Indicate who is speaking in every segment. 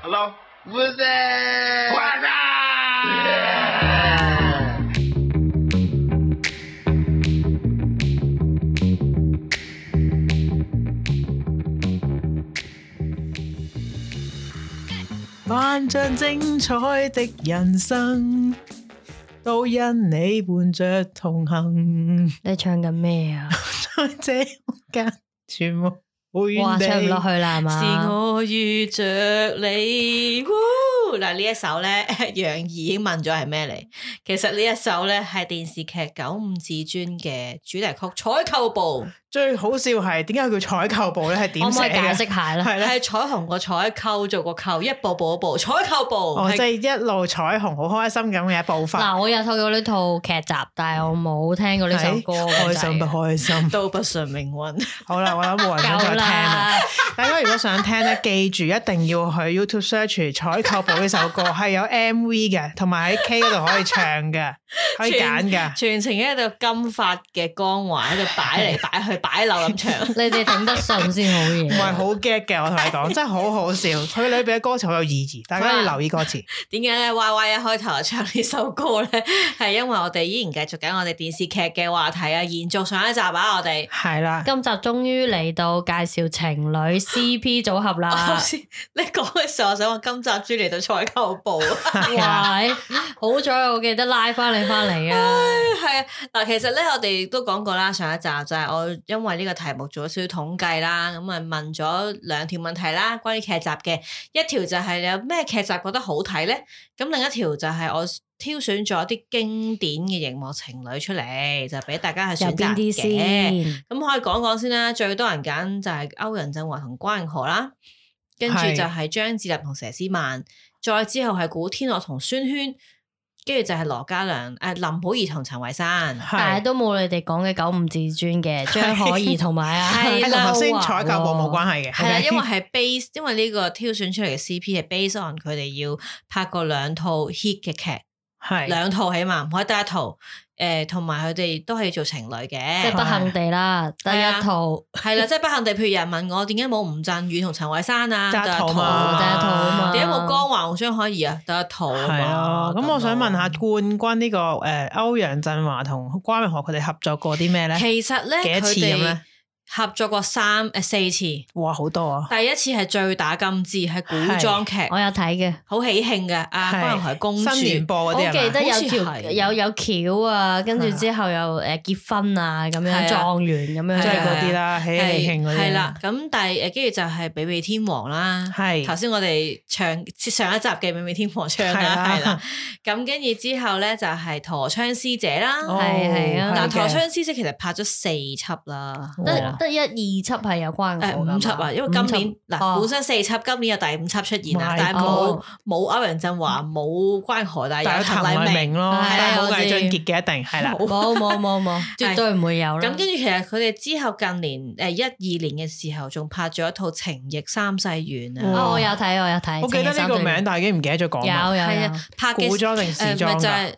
Speaker 1: Hello?
Speaker 2: What's that?
Speaker 1: What's up?
Speaker 3: 萬丈精彩的人生，都因你伴着同行。
Speaker 4: 你唱緊咩啊？
Speaker 3: 在這空間，全部好
Speaker 4: 哇，
Speaker 3: 遠
Speaker 4: 唱唔落
Speaker 3: 地。
Speaker 4: 去啦，係
Speaker 2: 是
Speaker 4: 嘛？
Speaker 2: 我遇着你，呜嗱呢一首咧，楊怡已經問咗係咩嚟？其實呢一首咧係電視劇《九五至尊》嘅主題曲《採購部》，
Speaker 3: 最好笑係點解叫採購部咧？係
Speaker 4: 可
Speaker 3: 點
Speaker 4: 唔
Speaker 3: 寫啊
Speaker 4: 可以解
Speaker 3: 嘅？
Speaker 4: 釋下咧？
Speaker 3: 係咧，
Speaker 2: 係彩虹個彩，購做個購，一步步一步，採購部
Speaker 3: 哦，即
Speaker 2: 係
Speaker 3: 係一路彩虹，好開心咁嘅步伐。
Speaker 4: 嗱，我有睇過呢套 劇集，但係我冇聽過呢首歌
Speaker 3: 係
Speaker 4: 嘅。
Speaker 3: 哎開心不開心？
Speaker 2: 都不順命運。
Speaker 3: 好啦，我諗冇人想再
Speaker 4: 夠
Speaker 3: 聽啦。
Speaker 4: 啦，
Speaker 3: 大家如果想聽咧，記住一定要去 YouTube search《採購部》呢首歌，係有 MV 嘅，同埋喺 K 嗰度可以唱嘅，可以揀嘅。
Speaker 2: 全程喺度金髮嘅光環喺度擺嚟擺去擺漏咁長，
Speaker 4: 你哋頂得順先好
Speaker 3: 唔係
Speaker 4: 嘢。
Speaker 3: 好 get 嘅，我同你講，真係好好笑。佢裏邊嘅歌詞好有意義，大家要留意歌詞。
Speaker 2: 點解咧？Y Y 一開頭就唱呢首歌咧，係因為我哋依然繼續緊我哋電視劇嘅話題啊，延續上一集啊，我哋。
Speaker 3: 係啦，
Speaker 4: 今集終於嚟到介紹情侶 CP 組合
Speaker 2: 我
Speaker 3: 哦
Speaker 4: 啦。
Speaker 2: 先你講嘅時候，我想話今集專嚟到採購 部啊。
Speaker 3: 係啦，
Speaker 4: 哇！好彩我記得拉翻你翻嚟啊！
Speaker 2: 係啊，嗱，其實咧，我哋都講過啦，上一集就係我因為呢個題目做咗少少統計啦，咁啊問咗兩條問題啦，關於劇集嘅，一條就係你有咩劇集覺得好睇咧，咁另一條就係我挑選咗啲經典嘅熒幕情侶出嚟，就俾大家去
Speaker 4: 有
Speaker 2: 選
Speaker 4: 邊
Speaker 2: 擇
Speaker 4: 啲
Speaker 2: 嘅。
Speaker 4: 先？
Speaker 2: 咁可以講講先啦，最多人揀就係歐陽震華同關詠荷啦，跟住
Speaker 3: 係
Speaker 2: 就係張智霖同佘詩曼，再之後係古天樂同孫軒，跟住就係羅嘉良、誒、林保怡同陳慧珊。
Speaker 4: 但係
Speaker 3: 係。
Speaker 4: 都冇你哋講嘅九五至尊 嘅張可怡同埋啊，
Speaker 2: 係
Speaker 3: 係
Speaker 2: 啦
Speaker 3: 同頭先
Speaker 4: 歐華
Speaker 3: 採購部冇關係嘅，
Speaker 2: 係啦，啊
Speaker 3: OK？
Speaker 2: 因為係 base，因為呢個挑選出嚟嘅 CP 係 base on 佢哋要拍過兩套 hit 嘅劇，
Speaker 3: 係
Speaker 2: 兩套起碼唔可以得一套。誒，同埋佢哋都係要做情侶
Speaker 4: 即係
Speaker 2: 嘅，
Speaker 4: 不幸地啦，第
Speaker 2: 係啊
Speaker 4: 一套。
Speaker 2: 係啦，即係不幸地，譬如有人問我點解冇吳鎮宇同陳慧珊啊，
Speaker 3: 得一套
Speaker 4: 第
Speaker 3: 嘛
Speaker 4: 一套啊嘛，
Speaker 2: 點解冇江華同張可怡啊？得一套啊
Speaker 3: 係
Speaker 2: 嘛
Speaker 3: 啊。咁我想問下
Speaker 2: 咯
Speaker 3: 冠軍呢個誒歐陽振華同關詠荷佢哋合作過啲咩咧？
Speaker 2: 其實咧
Speaker 3: 幾多
Speaker 2: 佢
Speaker 3: 次咁
Speaker 2: 哋
Speaker 3: 咧
Speaker 2: 合作過三誒四次，
Speaker 3: 哇，好多啊！
Speaker 2: 第一次係最打金枝，係古裝劇，
Speaker 4: 我有睇嘅，
Speaker 2: 好喜慶嘅。啊阿
Speaker 3: 係
Speaker 2: 關雲係公主，
Speaker 3: 新年播
Speaker 4: 我
Speaker 3: 嗰啲啊
Speaker 4: 記
Speaker 3: 係咪
Speaker 4: 得有
Speaker 2: 好
Speaker 4: 條
Speaker 2: 似係
Speaker 4: 有有橋啊，跟住之後又誒結婚啊，咁
Speaker 2: 係啊
Speaker 4: 樣狀元咁樣，
Speaker 3: 即
Speaker 2: 係
Speaker 3: 係
Speaker 2: 啊
Speaker 3: 嗰啲啦，喜喜慶嗰啲。啊
Speaker 2: 係啦。，咁但係誒，呃跟住就係比美天王啦。
Speaker 3: 係
Speaker 2: 頭先我哋唱上一集嘅美美天王唱啦，
Speaker 3: 係
Speaker 2: 係
Speaker 3: 啦
Speaker 2: 啦。咁跟住之後咧就係陀槍師姐啦。
Speaker 3: 哦
Speaker 4: 係係啊
Speaker 2: 嗱，
Speaker 3: 嘅
Speaker 2: 陀槍師姐其實拍咗四輯啦，
Speaker 3: 啊
Speaker 2: 係啦
Speaker 4: 得得一二輯係有關
Speaker 2: 誒
Speaker 4: 我㗎
Speaker 2: 五
Speaker 4: 嘛
Speaker 2: 輯啊，因為今年
Speaker 4: 五輯
Speaker 2: 嗱
Speaker 4: 哦
Speaker 2: 本身四輯，今年有第五輯出現啦
Speaker 3: My，
Speaker 2: 但係冇
Speaker 4: God
Speaker 2: 冇歐陽振華，冇關河，但係
Speaker 3: 但
Speaker 2: 有
Speaker 3: 有
Speaker 2: 滕
Speaker 3: 滕
Speaker 2: 麗
Speaker 3: 麗
Speaker 2: 明。
Speaker 3: 明咯，
Speaker 4: 係啊
Speaker 3: 但係
Speaker 4: 我
Speaker 3: 冇
Speaker 4: 知
Speaker 3: 魏俊傑嘅一定係啦。
Speaker 4: 冇冇冇冇， 絕對唔會有啦
Speaker 2: 咁跟。住其實佢哋之後近年誒一二年嘅時候，仲拍咗一套《情逆三世緣》
Speaker 3: 哇
Speaker 2: 啊，
Speaker 4: 啊，我有睇我有睇，
Speaker 3: 我記得呢個名，但係已經唔記得咗講
Speaker 4: 有
Speaker 3: 乜。
Speaker 4: 有
Speaker 2: 係
Speaker 4: 有
Speaker 2: 啊，拍嘅
Speaker 3: 古裝定時
Speaker 2: 誒
Speaker 3: 裝
Speaker 2: 咪就
Speaker 3: 㗎？
Speaker 2: 係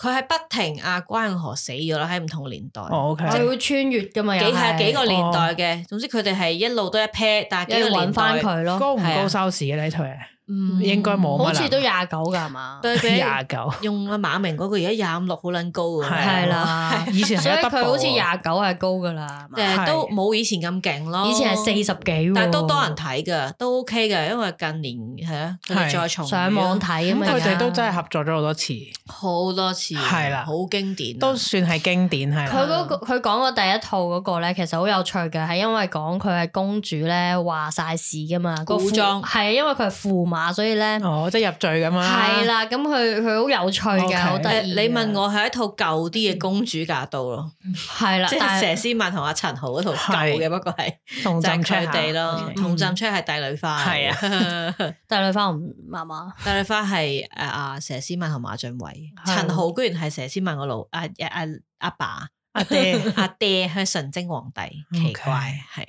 Speaker 2: 佢係不停阿關河死咗啦，喺唔同年代。
Speaker 3: 哦，OK，
Speaker 4: 佢會穿越噶嘛，
Speaker 2: 幾
Speaker 4: 又
Speaker 2: 係啊
Speaker 4: 係
Speaker 2: 幾個年代嘅，總之佢哋係一路都一 pair，但係幾
Speaker 4: 要
Speaker 2: 個
Speaker 4: 揾
Speaker 2: 年
Speaker 4: 翻
Speaker 2: 代，
Speaker 4: 佢咯，
Speaker 3: 高唔高收視嘅呢套嘢？
Speaker 2: 嗯
Speaker 3: 應該冇乜
Speaker 4: 好似都廿九㗎係嘛，
Speaker 2: 對比
Speaker 3: 廿九，
Speaker 2: 用阿馬明嗰個而家廿五六好撚高㗎，
Speaker 3: 係
Speaker 4: 係啦。
Speaker 3: 啊 以前
Speaker 4: 所以
Speaker 3: 係
Speaker 4: 佢好似廿
Speaker 3: double
Speaker 4: 九係高噶啦，係嘛
Speaker 2: 誒
Speaker 3: 係
Speaker 2: 都冇以前咁勁咯。
Speaker 4: 以前係四十幾喎，
Speaker 2: 哦但係都多人睇㗎，都 OK 嘅，因為近年係啊，佢哋
Speaker 3: 係
Speaker 2: 再重
Speaker 4: 上網睇啊嘛，
Speaker 3: 喎佢哋都
Speaker 4: 而家
Speaker 3: 真係合作咗好多次，
Speaker 2: 好多次，
Speaker 3: 係啦
Speaker 2: 好經典啊，
Speaker 4: 嗯
Speaker 3: 都算係經典係啊啦。
Speaker 4: 佢嗰、個佢講過第一套嗰個咧，其實好有趣嘅，係因為講佢係公主咧話晒事噶嘛，個
Speaker 2: 古
Speaker 4: 駙
Speaker 2: 裝
Speaker 4: 係啊因為佢係駙馬，所以咧
Speaker 3: 哦，即係入罪咁啦。
Speaker 4: 係，啦，咁佢佢好有趣
Speaker 3: OK
Speaker 4: 嘅，好
Speaker 2: 誒
Speaker 4: 得意嘅。啊
Speaker 2: 你問我係一套舊啲嘅公主嫁到咯，
Speaker 4: 係啦，
Speaker 2: 即
Speaker 4: 但
Speaker 2: 係
Speaker 4: 係
Speaker 2: 佘詩曼同阿陳豪嗰套舊嘅，
Speaker 3: 係
Speaker 2: 不過係
Speaker 3: 同
Speaker 2: 就
Speaker 3: 浸
Speaker 2: 係
Speaker 3: 出
Speaker 2: 佢哋咯，
Speaker 3: OK
Speaker 2: 同浸出係帝女花，
Speaker 3: 係
Speaker 2: 啊，
Speaker 4: 帝女花唔麻麻，
Speaker 2: 帝女花係誒阿佘詩曼同馬俊偉，
Speaker 4: 係
Speaker 2: 陳豪居然係佘詩曼個老阿阿阿爸。
Speaker 3: 阿爹，
Speaker 2: 阿爹係純正皇帝，
Speaker 3: 嗯
Speaker 2: 奇怪係。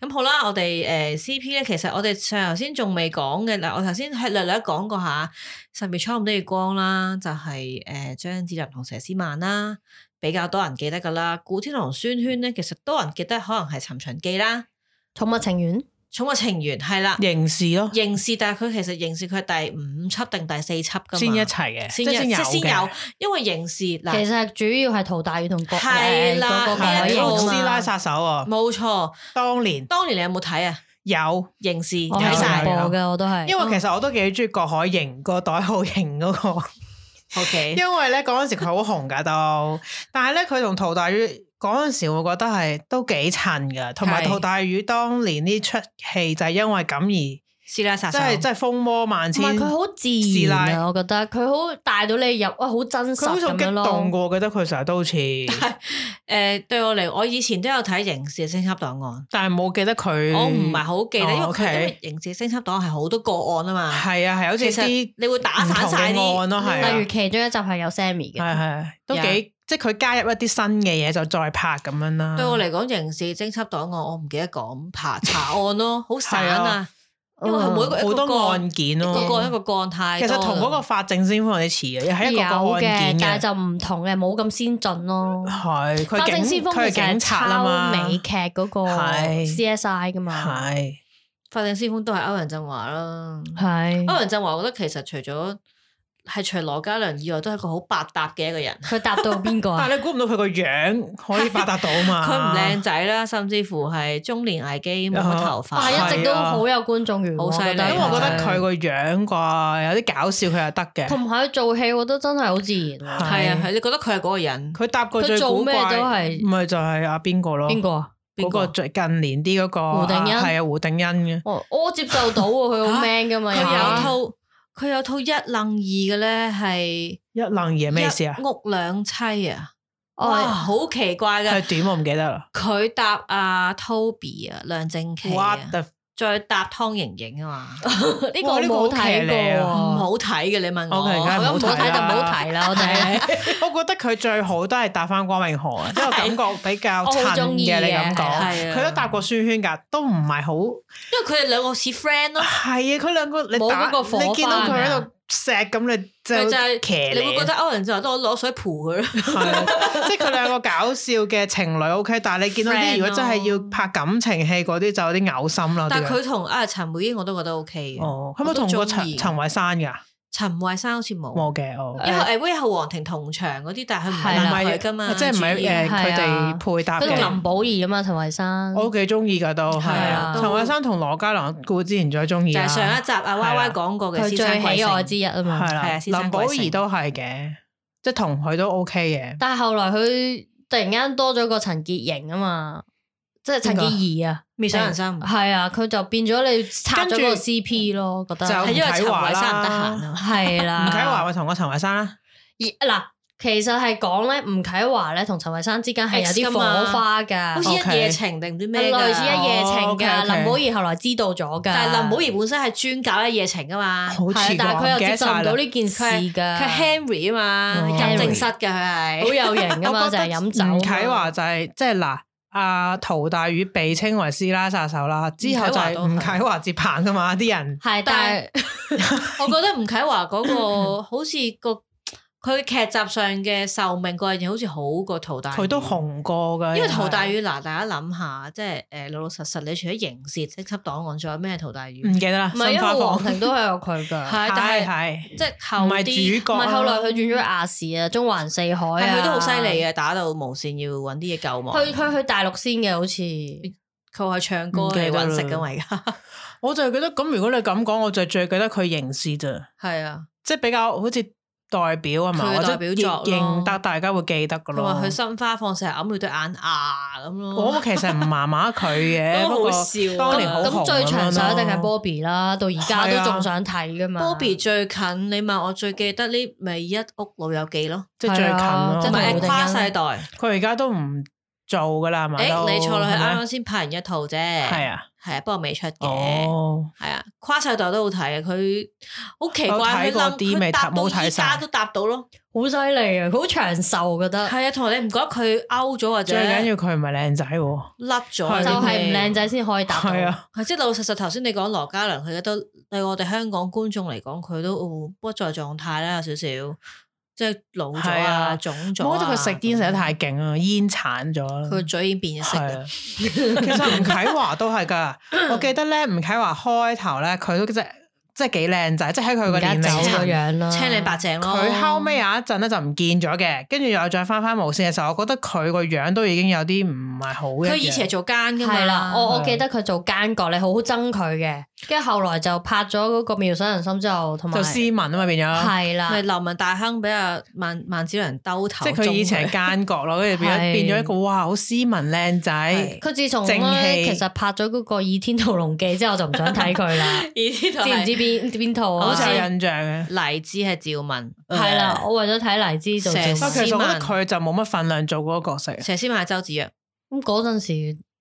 Speaker 2: 咁好啦，我哋誒、呃 CP 咧，其實我哋上頭先仲未講嘅嗱，我頭先係略略講過下十月初五的月光啦，就係誒張智霖同佘詩曼啦，比較多人記得噶啦。古天樂同孫軒咧，其實多人記得可能係《尋秦記》啦，
Speaker 4: 寵物情緣
Speaker 2: 寵物情緣》係啦，
Speaker 3: 刑事咯，
Speaker 2: 刑事，但係佢其實刑事佢係第五輯定第四輯噶嘛，
Speaker 3: 先一齊嘅，即
Speaker 2: 先
Speaker 3: 係先
Speaker 2: 一
Speaker 3: 有
Speaker 2: 即係先有
Speaker 3: 嘅。，
Speaker 2: 因為刑事嗱
Speaker 4: 其實主要係陶大宇同郭
Speaker 2: 係
Speaker 4: 誒
Speaker 2: 啦
Speaker 4: 嗰個
Speaker 2: 係
Speaker 4: 改
Speaker 2: 啦
Speaker 4: 型
Speaker 2: 陶
Speaker 4: 啊
Speaker 3: 師
Speaker 4: 嘛
Speaker 3: 奶，殺手啊，
Speaker 2: 冇錯，
Speaker 3: 當年
Speaker 2: 當年你有冇睇啊？
Speaker 3: 有，
Speaker 2: 刑事
Speaker 4: 我
Speaker 2: 睇
Speaker 4: 係
Speaker 2: 晒
Speaker 4: 重
Speaker 3: 有
Speaker 4: 播嘅，我都係，
Speaker 2: 哦
Speaker 3: 因為其實我都幾中意郭海瑩個袋好型嗰 個，
Speaker 2: ，OK，
Speaker 3: 因為咧嗰陣時佢好紅㗎都，但係咧佢同陶大宇嗰陣時，我覺得係都幾襯㗎，同埋
Speaker 2: 係
Speaker 3: 陶大宇當年呢出戲就係因為咁而
Speaker 2: 師奶殺手
Speaker 3: 真，係真係風魔萬
Speaker 4: 唔
Speaker 3: 千，
Speaker 4: 係佢
Speaker 3: 佢
Speaker 4: 好
Speaker 3: 師
Speaker 4: 自然
Speaker 3: 奶
Speaker 4: 啊，我覺得佢好帶到你入，哇，好真實
Speaker 3: 好似
Speaker 4: 咁
Speaker 3: 好激
Speaker 4: 樣
Speaker 3: 動㗎，
Speaker 4: 咯。
Speaker 3: 我覺得佢成日都好 似，
Speaker 2: 誒對我嚟，我以前都有睇刑事升級檔案。
Speaker 3: 但係冇記得佢，
Speaker 2: 我唔係好記得，因為
Speaker 3: 嗯哦
Speaker 2: 佢
Speaker 3: OK
Speaker 2: 因為刑事升級檔係好多個案啊嘛。
Speaker 3: 係啊係，好似
Speaker 2: 其
Speaker 3: 啲
Speaker 2: 實。你會打散晒
Speaker 3: 唔同嘅案
Speaker 2: 啲，
Speaker 3: 咯，係啊
Speaker 4: 例如其中一集係有 Sammy 嘅，
Speaker 3: 係係都
Speaker 4: 有
Speaker 3: 幾即係佢加入一啲新嘅嘢就再拍咁樣啦。
Speaker 2: 對我嚟講，刑事偵緝檔案我唔記得講爬查案咯，好散
Speaker 3: 係
Speaker 2: 啊
Speaker 3: 啊，哦
Speaker 2: 因為佢每一個
Speaker 3: 好
Speaker 2: 一個個
Speaker 3: 多
Speaker 2: 案
Speaker 3: 案件
Speaker 2: 一個
Speaker 3: 咯，
Speaker 2: 個案一個個案太
Speaker 3: 其
Speaker 2: 多啦
Speaker 3: 實同嗰個法證先鋒有啲似嘅，又係一個個
Speaker 4: 有嘅，
Speaker 3: 案
Speaker 4: 但
Speaker 3: 件
Speaker 4: 係
Speaker 3: 嘅。
Speaker 4: 就唔同嘅，冇咁先進咯。
Speaker 3: 係佢
Speaker 4: 花
Speaker 3: 係
Speaker 4: 正先
Speaker 3: 警
Speaker 4: 鋒其實係
Speaker 3: 佢係警察啦
Speaker 4: 抄
Speaker 3: 嘛，
Speaker 4: 美劇嗰個
Speaker 3: 係
Speaker 4: CSI 噶嘛，
Speaker 3: 係
Speaker 2: 法證先鋒都係歐陽振華啦。
Speaker 4: 係
Speaker 3: 哦
Speaker 2: 歐陽振華，我覺得其實除咗係除羅嘉良以外，都係一個好百搭嘅一個人。
Speaker 4: 佢答到邊個
Speaker 3: 但
Speaker 4: 啊？
Speaker 3: 係你估唔到佢個樣可以百搭到 嘛？
Speaker 2: 佢唔靚仔啦，甚至乎係中年危機冇乜頭
Speaker 4: 哇，
Speaker 2: 髮，
Speaker 4: 一直都好有觀眾緣喎，
Speaker 2: 好犀利
Speaker 4: 覺得
Speaker 3: 啊因為我覺得
Speaker 4: 真係
Speaker 3: 佢個樣啩有啲搞笑，佢又得嘅。
Speaker 4: 同埋佢做戲，我覺得真係好自然喎。
Speaker 2: 係啊係，你覺得佢係嗰個人
Speaker 3: 佢搭過
Speaker 4: 佢
Speaker 3: 最
Speaker 4: 做
Speaker 3: 古怪，
Speaker 4: 咩都係
Speaker 3: 唔係就係阿邊個咯？
Speaker 4: 邊個啊？
Speaker 2: 邊
Speaker 3: 嗰
Speaker 2: 個
Speaker 3: 個最近年啲嗰個
Speaker 4: 胡定欣
Speaker 3: 啊係啊胡定欣嘅。
Speaker 4: 我哦我接受到喎，佢好 man 噶嘛，
Speaker 2: 佢
Speaker 4: 又
Speaker 2: 有啊套佢有套一愣二嘅咧，係
Speaker 3: 一愣嘢咩事啊
Speaker 2: 一？屋兩妻啊，哇，
Speaker 4: 哦
Speaker 2: 好奇怪
Speaker 3: 係
Speaker 2: 嘅。
Speaker 3: 點我唔記得啦。
Speaker 2: 佢搭阿 Toby 啊，梁靜琪啊
Speaker 3: What，the-
Speaker 2: 再搭湯盈盈啊嘛，
Speaker 4: 呢個
Speaker 3: 哇
Speaker 4: 我
Speaker 3: 呢個好
Speaker 4: 冇
Speaker 3: 騎
Speaker 4: 睇
Speaker 3: 呢
Speaker 4: 過
Speaker 3: 啊
Speaker 2: 唔
Speaker 4: 喎，
Speaker 2: 好睇嘅你問哦我，
Speaker 3: OK，梗
Speaker 4: 咁唔好
Speaker 3: 係唔好睇
Speaker 4: 睇就
Speaker 3: 啦
Speaker 4: 唔好睇啦，我哋。
Speaker 3: 我覺得佢最好都係搭翻光啊明河， 因為感覺比較
Speaker 4: 我
Speaker 3: 襯
Speaker 4: 好鍾意
Speaker 3: 嘅。
Speaker 4: 嘅
Speaker 3: 你咁講，
Speaker 2: 係啊
Speaker 3: 佢都搭過書圈㗎，都唔係好
Speaker 2: 因為佢哋兩個似 friend 咯，
Speaker 3: 係啊！佢兩個你
Speaker 4: 冇
Speaker 3: 打
Speaker 4: 嗰個火花
Speaker 3: 你見到佢喺度錫咁，你就
Speaker 2: 啊咪就係
Speaker 3: 騎
Speaker 2: 你會 覺得歐陽震華都攞水扶佢咯，
Speaker 3: 係啊即係佢兩個搞笑嘅情侶 OK，但係你見到
Speaker 2: Friend
Speaker 3: 啲如果真係
Speaker 2: 咯
Speaker 3: 要拍感情戲嗰啲就有啲嘔心啦。
Speaker 2: 但
Speaker 3: 啲
Speaker 2: 係佢同啊陳梅英我都覺得 O K
Speaker 3: 樣
Speaker 2: 嘅，
Speaker 3: 哦，佢咪同
Speaker 2: 我
Speaker 3: 過
Speaker 2: 都
Speaker 3: 陳
Speaker 2: 鍾意
Speaker 3: 陳慧珊㗎？
Speaker 2: 陳慧珊好似冇，
Speaker 3: 冇嘅哦，
Speaker 2: 因為誒威後皇庭同場嗰啲，但係佢唔
Speaker 4: 係啦
Speaker 2: 係佢噶嘛，
Speaker 3: 即係唔係
Speaker 2: 主演
Speaker 3: 誒啊佢
Speaker 2: 啊
Speaker 3: 哋配搭
Speaker 4: 佢同
Speaker 3: 嘅
Speaker 4: 林。保怡啊嘛，陳慧珊。
Speaker 3: 我幾中意㗎都係
Speaker 2: 嗯係
Speaker 3: 啊
Speaker 4: 啊，
Speaker 3: 陳慧珊同羅嘉良顧之前最中意啊啦
Speaker 2: 就係上一集阿 Y Y 講過嘅
Speaker 4: 佢
Speaker 2: 先
Speaker 4: 最
Speaker 2: 生貴
Speaker 4: 喜愛
Speaker 2: 姓
Speaker 4: 之一啊嘛。
Speaker 3: 係
Speaker 2: 係啊
Speaker 3: 啦，
Speaker 2: 先生
Speaker 3: 林保
Speaker 2: 貴姓
Speaker 3: 怡都係嘅，即係同佢都 OK 嘅。
Speaker 4: 但係後來佢突然間多咗個陳潔瑩啊嘛，即係陳潔儀啊，
Speaker 2: 《滅上人生》
Speaker 4: 係啊，佢就變咗你拆咗
Speaker 3: 跟
Speaker 4: 個
Speaker 3: 住
Speaker 4: CP 咯，覺得
Speaker 3: 就
Speaker 2: 係因為陳慧珊唔得閒啊。
Speaker 4: 係啦。
Speaker 3: 吳啟華咪同過陳慧珊啦，
Speaker 4: 而嗱，其實係講咧，吳啟華咧同陳慧珊之間係有
Speaker 2: Ex 㗎
Speaker 4: 啲
Speaker 2: 嘛
Speaker 4: 火花㗎哦
Speaker 2: 好，似一
Speaker 3: OK
Speaker 2: 夜情定唔知咩㗎
Speaker 4: 類似一夜情
Speaker 3: 哦
Speaker 4: 㗎。
Speaker 3: ，OK，OK
Speaker 4: 林保怡後來知道咗㗎，
Speaker 2: 但係林保怡本身係專搞一夜情噶嘛，
Speaker 3: 好似
Speaker 4: 係，啊但係
Speaker 3: 喎
Speaker 4: 佢又
Speaker 3: 唔記
Speaker 4: 接
Speaker 3: 得
Speaker 4: 受
Speaker 3: 晒
Speaker 4: 唔
Speaker 3: 啦
Speaker 4: 到。呢件事㗎，
Speaker 2: 佢 Henry 啊嘛，
Speaker 4: 哦
Speaker 2: 入正室嘅佢
Speaker 4: 好
Speaker 2: 係，
Speaker 4: 有型㗎嘛，
Speaker 3: 我
Speaker 4: 就
Speaker 3: 覺
Speaker 4: 係
Speaker 3: 得
Speaker 4: 飲酒啊嘛。
Speaker 3: 吳啟華就係即係嗱，阿陶大宇被稱為師奶殺手啦，之後就係
Speaker 2: 吳啟華都係
Speaker 3: 吳啟華接棒噶嘛，啲人
Speaker 4: 係，但係
Speaker 2: 我覺得吳啟華嗰個 好似個佢劇集上嘅壽命嗰樣嘢，好似好過陶大宇
Speaker 3: 佢都。紅過噶。
Speaker 2: 因為陶大宇
Speaker 3: 啊
Speaker 2: 嗱，大家諗下，即係呃誒老老實實，你除咗刑事偵緝檔案，仲有咩陶大宇？
Speaker 3: 唔記得啦，
Speaker 4: 唔係因為
Speaker 3: 新花
Speaker 4: 皇
Speaker 3: 房
Speaker 4: 庭都係有佢㗎。
Speaker 2: 係，但
Speaker 3: 嗯係
Speaker 2: 係
Speaker 3: 係
Speaker 2: 即係
Speaker 3: 唔
Speaker 2: 後
Speaker 3: 係
Speaker 2: 啲
Speaker 3: 主角
Speaker 4: 唔
Speaker 3: 啊，
Speaker 4: 係後來佢轉咗亞視啊，中環四海
Speaker 2: 係
Speaker 4: 啊，
Speaker 2: 佢都好犀利嘅，打到無線要揾啲嘢救亡。
Speaker 4: 佢佢去大陸先嘅，好似
Speaker 2: 佢話唱歌嚟揾食噶嘛，而家
Speaker 3: 我就係覺得咁。如果你咁講，我就最記得佢刑事咋。
Speaker 2: 係啊。
Speaker 3: 即係比較好似代表啊嘛，
Speaker 2: 佢嘅
Speaker 3: 或者
Speaker 2: 代表作咯
Speaker 3: 認得大家會記得噶
Speaker 2: 同
Speaker 3: 咯
Speaker 2: 埋佢。心花放成日揞佢對眼牙咁咯。
Speaker 3: 我其實唔麻麻佢嘅，
Speaker 2: 都好
Speaker 3: 不過
Speaker 2: 笑啊嗯
Speaker 3: 當年好紅
Speaker 4: 咁最長
Speaker 3: 長
Speaker 4: 手一定係 Bobby 啦，到而家
Speaker 3: 係
Speaker 4: 都
Speaker 3: 啊
Speaker 4: 仲想睇噶嘛。
Speaker 2: Bobby 最近，你問我最記得呢咪一屋老友記咯，
Speaker 3: 即係最近咯。
Speaker 4: 係啊
Speaker 2: 同
Speaker 4: 同埋
Speaker 2: 埋
Speaker 4: 胡定欣
Speaker 2: 跨世代。誒，
Speaker 3: 佢而家都唔做噶啦，係咪？都
Speaker 2: 你錯啦，佢
Speaker 3: 係
Speaker 2: 啱
Speaker 3: 咪
Speaker 2: 啱先拍完一套啫。
Speaker 3: 係
Speaker 2: 係，
Speaker 3: 啊，
Speaker 2: 係啊，不過未出嘅。
Speaker 3: 哦，
Speaker 2: 係啊，跨世代都好睇啊！佢好奇怪，佢
Speaker 3: 有睇過
Speaker 2: 諗
Speaker 3: 啲未
Speaker 2: 佢答到
Speaker 3: 冇睇
Speaker 2: 依家
Speaker 3: 晒
Speaker 2: 都答到咯。
Speaker 4: 好犀利啊，佢好長壽，我覺得
Speaker 2: 係啊，同埋你唔覺得佢勾咗或者
Speaker 3: 最緊要佢唔係靚仔喎，
Speaker 2: 甩咗？
Speaker 3: 係
Speaker 4: 就係唔靚仔先可以答到。
Speaker 3: 係啊，
Speaker 2: 係即係老老實實，頭先你講羅嘉良，佢都對我哋香港觀眾嚟講，佢都哦不在狀態啦，有少少。即係老咗
Speaker 3: 係
Speaker 2: 啊，
Speaker 3: 啊
Speaker 2: 腫咗
Speaker 3: 冇
Speaker 2: 啊。嗯
Speaker 3: 得佢食煙食得太勁啊，煙殘咗
Speaker 2: 咁
Speaker 3: 啦。
Speaker 2: 樣，佢嘴已經變咗色
Speaker 3: 係
Speaker 2: 啦
Speaker 3: 啊，其實吳啟華都 係㗎。我記得咧，吳啟華開頭咧，佢都即係即係幾靚仔，即係喺佢個
Speaker 4: 而家
Speaker 3: 年
Speaker 4: 走
Speaker 3: 齡
Speaker 2: 咗
Speaker 4: 個
Speaker 3: 層。
Speaker 4: 樣啦，
Speaker 2: 青靚白淨咯。
Speaker 3: 佢後尾有一陣咧就唔見咗嘅，跟住又再翻翻無線嘅時候，我覺得佢個樣都已經有啲唔係好嘅。
Speaker 2: 佢以前係做奸噶嘛，哦
Speaker 4: 係啦，我我
Speaker 3: 係
Speaker 4: 記得佢做奸角，你好憎佢嘅，跟住後來就拍咗嗰個《妙手人心》之後，同埋
Speaker 3: 就斯文啊嘛，變咗，
Speaker 4: 係啦，
Speaker 2: 咪流氓大亨俾阿萬萬子良兜頭
Speaker 3: 即
Speaker 2: 中
Speaker 3: 係
Speaker 2: 佢，。
Speaker 3: 佢以前係奸角咯，跟住變咗
Speaker 4: 係
Speaker 3: 變咗一個哇好斯文靚仔，
Speaker 4: 佢自從
Speaker 3: 正
Speaker 4: 咧
Speaker 3: 氣
Speaker 4: 其實拍咗嗰個《倚天屠龍記》之後，我就唔想睇佢啦
Speaker 2: 而呢度
Speaker 4: 知唔知
Speaker 2: 係
Speaker 4: 邊邊套
Speaker 3: 好
Speaker 4: 啊？
Speaker 3: 似有印象嘅。
Speaker 2: 黎姿係趙文，
Speaker 4: 係啦，我為咗睇黎姿做
Speaker 2: 嗯成
Speaker 3: 所
Speaker 4: 趙
Speaker 3: 以其實
Speaker 4: 敏
Speaker 2: 身
Speaker 3: 我覺得佢就冇乜份量做嗰個角色，
Speaker 2: 佘詩曼係周芷若，
Speaker 4: 咁嗰陣時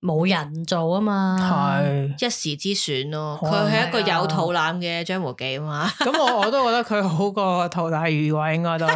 Speaker 4: 冇人做啊嘛，
Speaker 3: 係。
Speaker 2: 一時之選咯。
Speaker 3: 哦
Speaker 2: 佢係一個
Speaker 4: 係啊
Speaker 2: 有肚腩嘅張無忌啊嘛。
Speaker 3: 咁我我都覺得佢好過陶大宇喎，應該都。